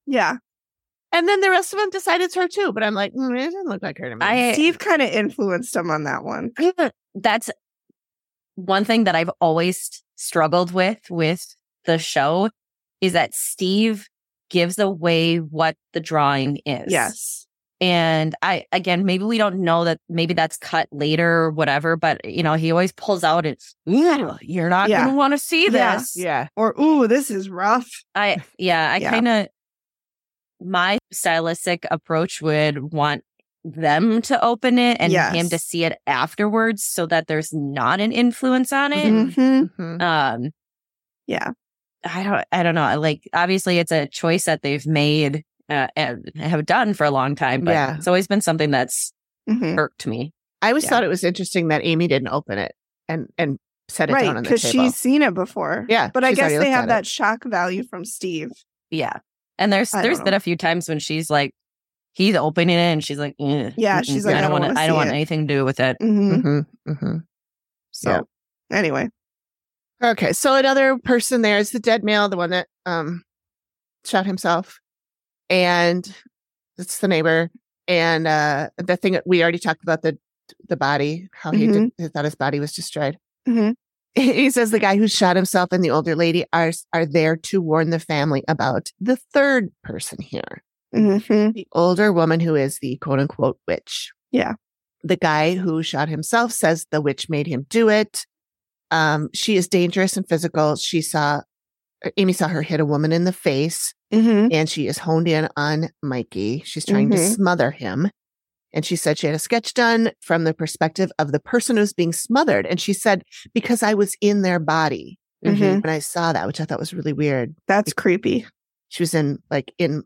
[SPEAKER 6] yeah.
[SPEAKER 4] And then the rest of them decide it's her too, but I'm like, mm, "It doesn't look like her to me."
[SPEAKER 7] I-
[SPEAKER 6] Steve kind of influenced him on that one.
[SPEAKER 7] that's one thing that I've always struggled with with the show is that Steve gives away what the drawing is.
[SPEAKER 6] Yes.
[SPEAKER 7] And I, again, maybe we don't know that maybe that's cut later or whatever, but you know, he always pulls out and "Ugh, you're not
[SPEAKER 6] Yeah.
[SPEAKER 7] going to want to see
[SPEAKER 6] Yeah.
[SPEAKER 7] this.
[SPEAKER 4] yeah.
[SPEAKER 6] Or, ooh, this is rough.
[SPEAKER 7] I, yeah, I
[SPEAKER 6] Yeah.
[SPEAKER 7] kind of, my stylistic approach would want them to open it and him
[SPEAKER 6] Yes.
[SPEAKER 7] to see it afterwards so that there's not an influence on it
[SPEAKER 6] Mhm.
[SPEAKER 4] Mhm.
[SPEAKER 7] um
[SPEAKER 6] Yeah.
[SPEAKER 7] i don't i don't know I like obviously it's a choice that they've made uh, and have done for a long time but
[SPEAKER 4] Yeah.
[SPEAKER 7] it's always been something that's
[SPEAKER 6] Mhm.
[SPEAKER 7] irked me
[SPEAKER 4] I always
[SPEAKER 6] Yeah.
[SPEAKER 4] thought it was interesting that Amy didn't open it and and set it
[SPEAKER 6] Right.
[SPEAKER 4] down on the
[SPEAKER 6] Because
[SPEAKER 4] table.
[SPEAKER 6] she's seen it before.
[SPEAKER 4] Yeah,
[SPEAKER 6] But I
[SPEAKER 4] she's
[SPEAKER 6] guess
[SPEAKER 4] already
[SPEAKER 6] they
[SPEAKER 4] looked
[SPEAKER 6] have
[SPEAKER 4] at
[SPEAKER 6] that shock value from Steve.
[SPEAKER 7] yeah and there's
[SPEAKER 6] I don't
[SPEAKER 7] there's been
[SPEAKER 6] know.
[SPEAKER 7] a few times when she's like he's opening it and she's like "Eh,
[SPEAKER 6] Yeah,
[SPEAKER 7] mm-mm,
[SPEAKER 6] she's like, "I
[SPEAKER 7] i
[SPEAKER 6] don't
[SPEAKER 7] don't want
[SPEAKER 6] wanna
[SPEAKER 7] i don't
[SPEAKER 6] see
[SPEAKER 7] want
[SPEAKER 6] it."
[SPEAKER 7] anything to do with it
[SPEAKER 6] hmm
[SPEAKER 4] Mm-hmm, mm-hmm.
[SPEAKER 6] So,
[SPEAKER 4] Yeah.
[SPEAKER 6] anyway.
[SPEAKER 4] Okay, so another person there is the dead male, the one that um shot himself, and it's the neighbor. And uh the
[SPEAKER 6] Mm-hmm.
[SPEAKER 4] thing that we already talked about the the body, how he did, he thought his body was destroyed.
[SPEAKER 6] Mhm.
[SPEAKER 4] he says the guy who shot himself and the older lady are are there to warn the family about the third person here,
[SPEAKER 6] hmm
[SPEAKER 4] the older woman who is the quote unquote witch.
[SPEAKER 6] Yeah.
[SPEAKER 4] The guy who shot himself says the witch made him do it. Um, she is dangerous and physical. She saw or Amy saw her hit a woman in the face
[SPEAKER 6] hmm
[SPEAKER 4] and she is honed in on Mikey. She's trying to
[SPEAKER 6] Mhm.
[SPEAKER 4] smother him. And she said she had a sketch done from the perspective of the person who's being smothered. And she said, because I was in their body
[SPEAKER 6] Mhm.
[SPEAKER 4] when I saw that, which I thought was really weird.
[SPEAKER 6] That's creepy.
[SPEAKER 4] She was in like in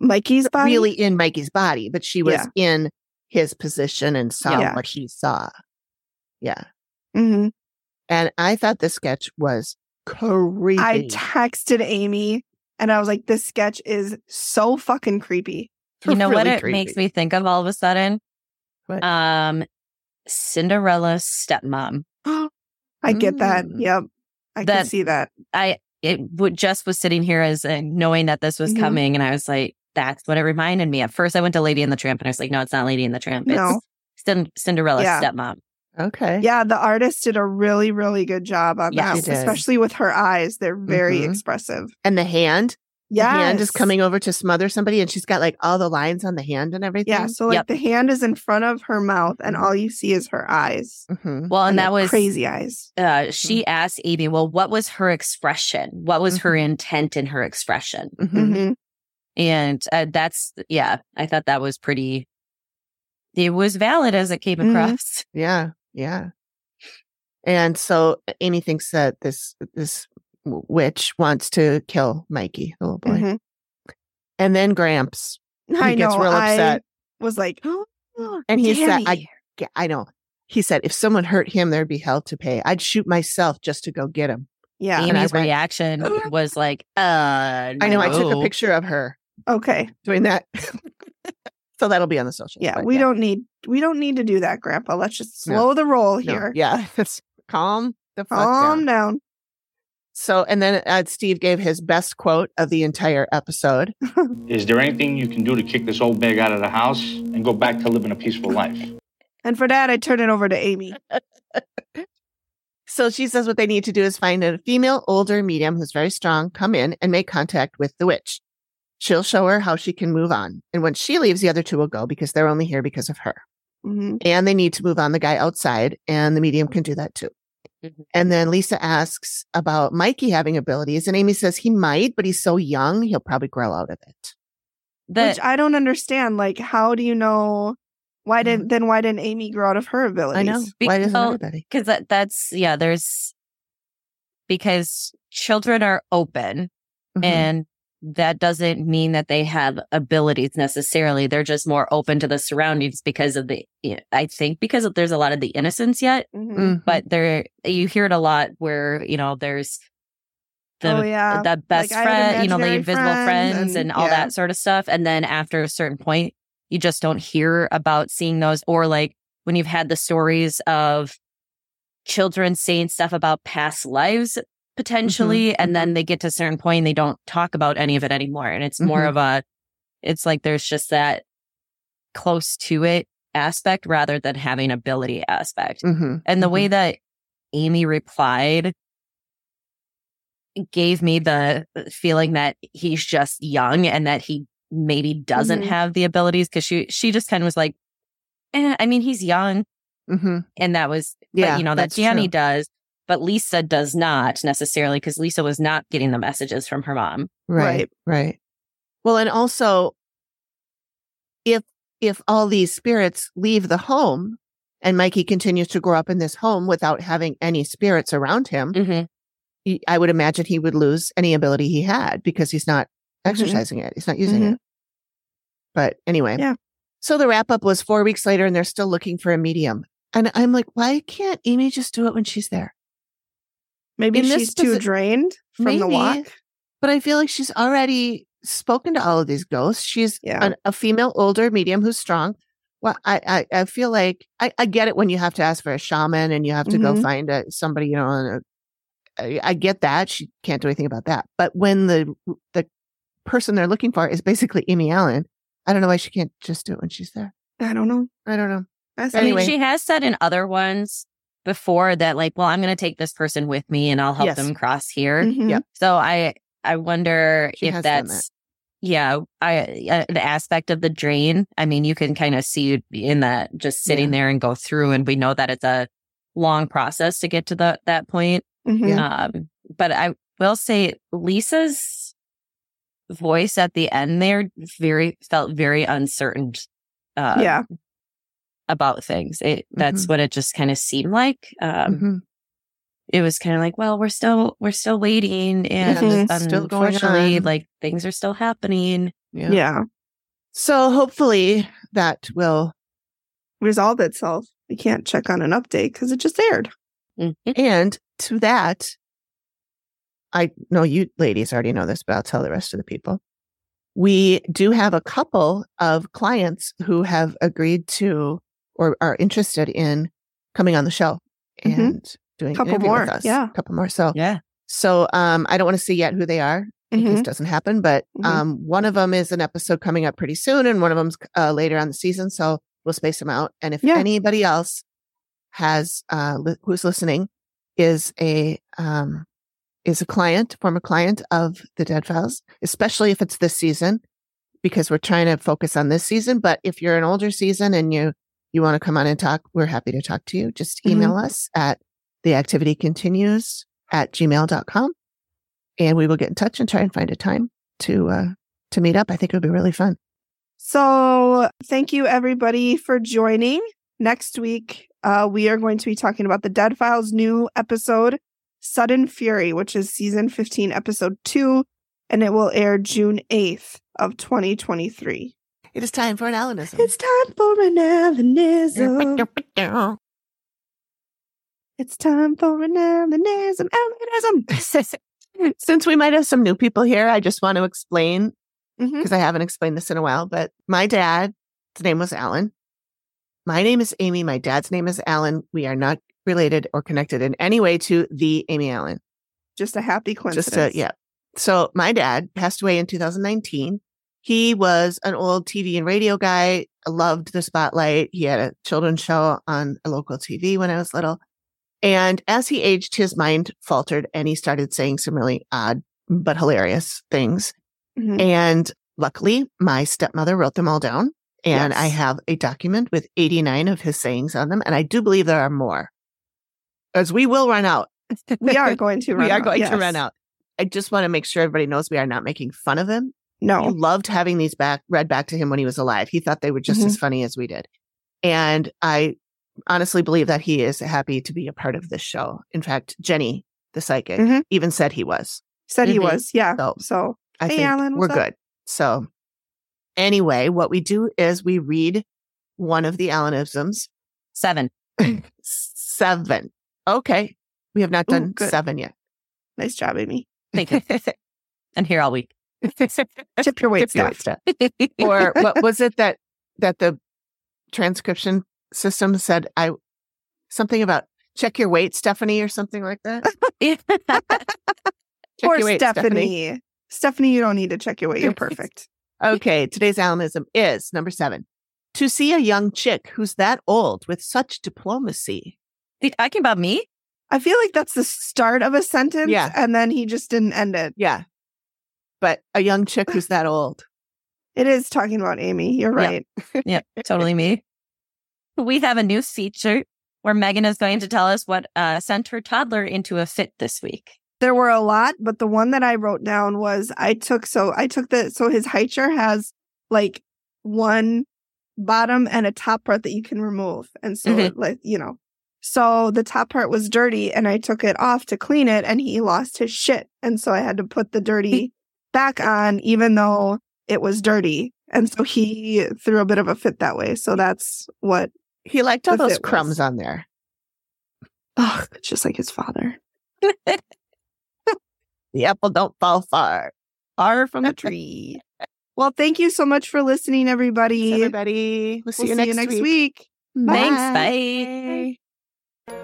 [SPEAKER 6] Mikey's body.
[SPEAKER 4] really in Mikey's body, but she was
[SPEAKER 6] Yeah.
[SPEAKER 4] in his position and saw
[SPEAKER 6] Yeah.
[SPEAKER 4] what he saw. Yeah.
[SPEAKER 6] hmm
[SPEAKER 4] And I thought this sketch was creepy.
[SPEAKER 6] I texted Amy and I was like, this sketch is so fucking creepy.
[SPEAKER 7] You know what
[SPEAKER 4] Really
[SPEAKER 7] it makes
[SPEAKER 4] creepy.
[SPEAKER 7] me think of all of a sudden?
[SPEAKER 4] What?
[SPEAKER 7] Um, Cinderella's stepmom.
[SPEAKER 6] I get that.
[SPEAKER 4] Mm.
[SPEAKER 6] Yep. I can
[SPEAKER 7] That-
[SPEAKER 6] see that.
[SPEAKER 7] I it would just was sitting here as uh, knowing that this was
[SPEAKER 6] Mhm.
[SPEAKER 7] coming, and I was like, that's what it reminded me. At first, I went to Lady and the Tramp, and I was like, no, it's not Lady and the Tramp. It's
[SPEAKER 6] No.
[SPEAKER 7] Cin- Cinderella's
[SPEAKER 6] Yeah.
[SPEAKER 7] stepmom.
[SPEAKER 4] Okay.
[SPEAKER 6] Yeah, the artist did a really, really good job on
[SPEAKER 7] Yeah,
[SPEAKER 4] she
[SPEAKER 6] that,
[SPEAKER 4] did.
[SPEAKER 6] especially with her eyes. They're very
[SPEAKER 4] Mhm.
[SPEAKER 6] expressive.
[SPEAKER 4] And the hand, the
[SPEAKER 6] Yeah.
[SPEAKER 4] hand is coming over to smother somebody, and she's got like all the lines on the hand and everything.
[SPEAKER 6] Yeah. So, like,
[SPEAKER 7] Yep.
[SPEAKER 6] the hand is in front of her mouth, and
[SPEAKER 4] Mm-hmm.
[SPEAKER 6] all you see is her eyes.
[SPEAKER 4] Mhm.
[SPEAKER 7] Well, and,
[SPEAKER 6] they're
[SPEAKER 7] that was
[SPEAKER 6] crazy eyes.
[SPEAKER 7] Uh, she asked Amy, well, what was her expression? What was her intent in her expression?
[SPEAKER 4] Mhm.
[SPEAKER 6] Mhm.
[SPEAKER 7] And uh, that's, yeah, I thought that was pretty, it was valid as it came
[SPEAKER 6] Mhm.
[SPEAKER 7] across.
[SPEAKER 4] Yeah, yeah. And so Amy thinks that this this w- witch wants to kill Mikey, the little boy,
[SPEAKER 7] Mm-hmm.
[SPEAKER 6] Mhm.
[SPEAKER 4] and then Gramps.
[SPEAKER 6] I
[SPEAKER 4] he gets
[SPEAKER 6] know.
[SPEAKER 4] real upset. Mm-hmm,
[SPEAKER 6] I was like, oh,
[SPEAKER 4] And he said,
[SPEAKER 6] Danny.
[SPEAKER 4] I- G- I know. He said, if someone hurt him, there'd be hell to pay. I'd shoot myself just to go get him.
[SPEAKER 6] yeah,
[SPEAKER 4] And I
[SPEAKER 7] Amy's
[SPEAKER 4] went-
[SPEAKER 7] reaction was like, uh,
[SPEAKER 4] I know. I took a
[SPEAKER 7] no.
[SPEAKER 4] picture of her
[SPEAKER 6] okay,
[SPEAKER 4] doing that. so that'll be on the social.
[SPEAKER 6] yeah, we don't need we don't need to do that, Grandpa. Let's just
[SPEAKER 4] No.
[SPEAKER 6] slow the roll here.
[SPEAKER 4] Yeah. That's calm the fuck down.
[SPEAKER 6] Calm down.
[SPEAKER 4] So, and then uh, Steve gave his best quote of the entire episode.
[SPEAKER 9] Is there anything you can do to kick this old bag out of the house and go back to living a peaceful life?
[SPEAKER 6] And for that, I turn it over to Amy.
[SPEAKER 4] So she says what they need to do is find a female, older medium who's very strong, come in and make contact with the witch. She'll show her how she can move on. And when she leaves, the other two will go because they're only here because of her.
[SPEAKER 6] Mhm.
[SPEAKER 4] And they need to move on the guy outside, and the medium can do that too.
[SPEAKER 7] Mhm.
[SPEAKER 4] And then Lisa asks about Mikey having abilities, and Amy says he might, but he's so young, he'll probably grow out of it.
[SPEAKER 7] The,
[SPEAKER 6] Which I don't understand. Like, how do you know? Why
[SPEAKER 4] Mhm.
[SPEAKER 6] didn't then? Why didn't Amy grow out of her abilities?
[SPEAKER 4] I know. Why doesn't
[SPEAKER 7] Because-
[SPEAKER 4] everybody?
[SPEAKER 7] because that, that's, yeah, there's, because children are open
[SPEAKER 4] Mhm.
[SPEAKER 7] and that doesn't mean that they have abilities necessarily they're just more open to the surroundings because of the i think because there's a lot of the innocence yet
[SPEAKER 6] Mhm.
[SPEAKER 4] Mhm.
[SPEAKER 7] but there you hear it a lot where you know there's the
[SPEAKER 6] oh yeah.
[SPEAKER 7] the best
[SPEAKER 6] I had
[SPEAKER 7] friend you know the
[SPEAKER 6] imaginary
[SPEAKER 7] invisible
[SPEAKER 6] friends
[SPEAKER 7] friends,
[SPEAKER 6] and-
[SPEAKER 7] and, all
[SPEAKER 6] yeah.
[SPEAKER 7] that sort of stuff and then after a certain point you just don't hear about seeing those or like when you've had the stories of children saying stuff about past lives
[SPEAKER 6] Mm-hmm.
[SPEAKER 7] potentially and then they get to a certain point and they don't talk about any of it anymore and it's more
[SPEAKER 4] Mhm.
[SPEAKER 6] Mm-hmm.
[SPEAKER 7] of a it's like there's just that close to it aspect rather than having ability aspect
[SPEAKER 4] Mhm.
[SPEAKER 7] and the
[SPEAKER 4] Mhm.
[SPEAKER 7] way that Amy replied gave me the uh, feeling that he's just young and that he maybe doesn't
[SPEAKER 4] Mm-hmm.
[SPEAKER 6] Mhm.
[SPEAKER 7] have the abilities because she she just kind of was like, eh, I mean, he's young,
[SPEAKER 4] Mhm.
[SPEAKER 7] and that was
[SPEAKER 4] Yeah,
[SPEAKER 7] but, you know that
[SPEAKER 4] that's
[SPEAKER 7] Danny
[SPEAKER 4] true.
[SPEAKER 7] does, but Lisa does not necessarily because Lisa was not getting the messages from her mom.
[SPEAKER 4] right right well and also if if all these spirits leave the home and mikey continues to grow up in this home without having any spirits around him
[SPEAKER 7] Mm-hmm.
[SPEAKER 4] he- i would imagine he would lose any ability he had because he's not exercising it he's not using
[SPEAKER 6] Mhm.
[SPEAKER 4] it but anyway
[SPEAKER 6] Yeah.
[SPEAKER 4] so the wrap up was four weeks later and they're still looking for a medium and i'm like why can't amy just do it when she's there
[SPEAKER 6] Maybe
[SPEAKER 4] in this
[SPEAKER 6] she's too
[SPEAKER 4] posi-
[SPEAKER 6] drained from the
[SPEAKER 4] Maybe.
[SPEAKER 6] walk.
[SPEAKER 4] but I feel like she's already spoken to all of these ghosts. She's
[SPEAKER 6] Yeah.
[SPEAKER 4] an- a female, older medium who's strong. Well, I, I, I feel like I, I get it when you have to ask for a shaman and you have to go
[SPEAKER 6] Mhm.
[SPEAKER 4] find a, somebody, you know, and a- I I get that. She can't do anything about that. But when the, the person they're looking for is basically Amy Allen, I don't know why she can't just do it when she's there.
[SPEAKER 6] I don't know.
[SPEAKER 4] I don't know.
[SPEAKER 6] That's
[SPEAKER 7] I mean,
[SPEAKER 4] Anyway.
[SPEAKER 7] she has said in other ones before that like, well, I'm going to take this person with me and I'll help
[SPEAKER 4] Yes.
[SPEAKER 7] them cross here.
[SPEAKER 6] Mhm.
[SPEAKER 4] Yep.
[SPEAKER 7] So I I wonder
[SPEAKER 4] She
[SPEAKER 7] if
[SPEAKER 4] has done
[SPEAKER 7] that's yeah, I uh, the aspect of the drain. I mean, you can kind of see in that just sitting there and go through and we know that it's a long process to get to the that point.
[SPEAKER 6] Mhm.
[SPEAKER 4] Yeah.
[SPEAKER 7] Um but I will say Lisa's voice at the end there very felt very uncertain uh
[SPEAKER 6] yeah.
[SPEAKER 7] about things. It that's
[SPEAKER 4] Mhm.
[SPEAKER 7] what it just kind of seemed like. Um
[SPEAKER 4] Mhm.
[SPEAKER 7] it was kind of like, well, we're still we're still waiting, and
[SPEAKER 6] Mhm.
[SPEAKER 4] It's Mm-hmm. still going
[SPEAKER 7] unfortunately,
[SPEAKER 4] on.
[SPEAKER 7] like things are still happening.
[SPEAKER 4] Yeah.
[SPEAKER 6] Yeah.
[SPEAKER 4] So hopefully that will
[SPEAKER 6] Resolve itself. We can't check on an update because it just aired.
[SPEAKER 4] And to that, I know you ladies already know this, but I'll tell the rest of the people. We do have a couple of clients who have agreed to or are interested in coming on the show
[SPEAKER 6] Mhm.
[SPEAKER 4] and doing an
[SPEAKER 6] Couple
[SPEAKER 4] interview
[SPEAKER 6] more,
[SPEAKER 4] with us.
[SPEAKER 6] yeah.
[SPEAKER 4] couple more. So,
[SPEAKER 7] Yeah,
[SPEAKER 4] so um, I don't want to say yet who they are. in case
[SPEAKER 6] Mhm.
[SPEAKER 4] This doesn't happen, but
[SPEAKER 6] Mhm.
[SPEAKER 4] um, one of them is an episode coming up pretty soon, and one of them's uh, later on the season. So we'll space them out. And if
[SPEAKER 6] Yeah.
[SPEAKER 4] anybody else has uh, li- who's listening is a um, is a client, former client of the Dead Files, especially if it's this season, because we're trying to focus on this season. But if you're an older season and you you want to come on and talk, we're happy to talk to you. Just email us at the activity continues at gmail.com and we will get in touch and try and find a time to uh to meet up. I think it would be really fun.
[SPEAKER 6] So thank you everybody for joining. Next week, uh, we are going to be talking about the Dead Files new episode, Sudden Fury, which is season 15, episode two, and it will air June 8th of 2023.
[SPEAKER 4] It is time for an Alanism.
[SPEAKER 6] It's time for an Alanism.
[SPEAKER 4] It's
[SPEAKER 6] It's time for an Alanism. Alanism.
[SPEAKER 4] Since we might have some new people here, I just want to explain
[SPEAKER 6] Mm-hmm.
[SPEAKER 4] because I haven't explained this in a while, but my dad's name was Alan. My name is Amy. My dad's name is Alan. We are not related or connected in any way to the Amy Allen.
[SPEAKER 6] Just a happy coincidence.
[SPEAKER 4] Just to, yeah. So my dad passed away in 2019. He was an old TV and radio guy, loved the spotlight. He had a children's show on a local TV when I was little. And as he aged, his mind faltered and he started saying some really odd but hilarious things.
[SPEAKER 6] Mhm.
[SPEAKER 4] And luckily, my stepmother wrote them all down. And I
[SPEAKER 6] Yes.
[SPEAKER 4] have a document with 89 of his sayings on them. And I do believe there are more, as we will run out
[SPEAKER 6] We are going to run
[SPEAKER 4] we are
[SPEAKER 6] out,
[SPEAKER 4] going to
[SPEAKER 6] yes.
[SPEAKER 4] run out. I just want to make sure everybody knows we are not making fun of him. He
[SPEAKER 6] No.
[SPEAKER 4] loved having these back read back to him when he was alive. He thought they were
[SPEAKER 6] Mm-hmm.
[SPEAKER 4] just as funny as we did. And I honestly believe that he is happy to be a part of this show. In fact, Jenny, the psychic,
[SPEAKER 6] Mhm.
[SPEAKER 4] even said he was.
[SPEAKER 6] Said he
[SPEAKER 4] Mhm.
[SPEAKER 6] was. Yeah.
[SPEAKER 4] So-
[SPEAKER 6] so
[SPEAKER 4] I
[SPEAKER 6] Hey,
[SPEAKER 4] think
[SPEAKER 6] Alan,
[SPEAKER 4] we're
[SPEAKER 6] what's up?
[SPEAKER 4] good. So anyway, what we do is we read one of the Alanisms,
[SPEAKER 7] seven.
[SPEAKER 4] seven. Okay. We have not
[SPEAKER 6] Mm. Ooh,
[SPEAKER 4] done
[SPEAKER 6] good.
[SPEAKER 4] seven yet.
[SPEAKER 6] Nice job, Amy.
[SPEAKER 7] Thank you. and here all week.
[SPEAKER 6] Tip your weight,
[SPEAKER 4] Tip your
[SPEAKER 6] Scott.
[SPEAKER 4] weight, or what was it that that the transcription system said i something about check your weight stephanie or something like that Check
[SPEAKER 6] Poor
[SPEAKER 4] your weight,
[SPEAKER 6] Stephanie. Stephanie, you don't need to check your weight. You're perfect.
[SPEAKER 4] okay today's alanism is number seven to see a young chick who's that old with such diplomacy
[SPEAKER 7] They talking about me?
[SPEAKER 6] I feel like that's the start of a sentence.
[SPEAKER 4] Yeah.
[SPEAKER 6] And then he just didn't end it.
[SPEAKER 4] yeah but a young chick who's that old
[SPEAKER 6] It is talking about Amy. You're
[SPEAKER 7] Yeah.
[SPEAKER 6] right.
[SPEAKER 7] Yeah, totally me. We have a new feature where Megan is going to tell us what uh, sent her toddler into a fit this week.
[SPEAKER 6] There were a lot, but the one that I wrote down was I took so I took the so his heighture has like one bottom and a top part that you can remove. And so
[SPEAKER 7] Mhm.
[SPEAKER 6] it, like, you know. So the top part was dirty and I took it off to clean it and he lost his shit. And so I had to put the dirty back on even though it was dirty. And so he threw a bit of a fit that way. So that's what
[SPEAKER 4] he liked all
[SPEAKER 6] That's
[SPEAKER 4] those
[SPEAKER 6] it was.
[SPEAKER 4] crumbs on there
[SPEAKER 6] Oh, just like his father.
[SPEAKER 4] the apple don't fall far far from the tree
[SPEAKER 6] Tree. well, thank you so much for listening, everybody.
[SPEAKER 4] Thanks, everybody we'll see,
[SPEAKER 6] We'll
[SPEAKER 4] you, next
[SPEAKER 6] next
[SPEAKER 4] week,
[SPEAKER 6] week.
[SPEAKER 7] Thanks.
[SPEAKER 4] Bye.
[SPEAKER 7] Bye.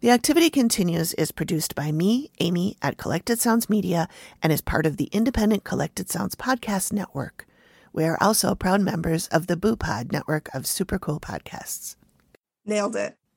[SPEAKER 4] The Activity Continues is produced by me, Amy, at Collected Sounds Media and is part of the independent Collected Sounds Podcast Network. We are also proud members of the Boo Pod network of super cool podcasts.
[SPEAKER 6] Nailed it.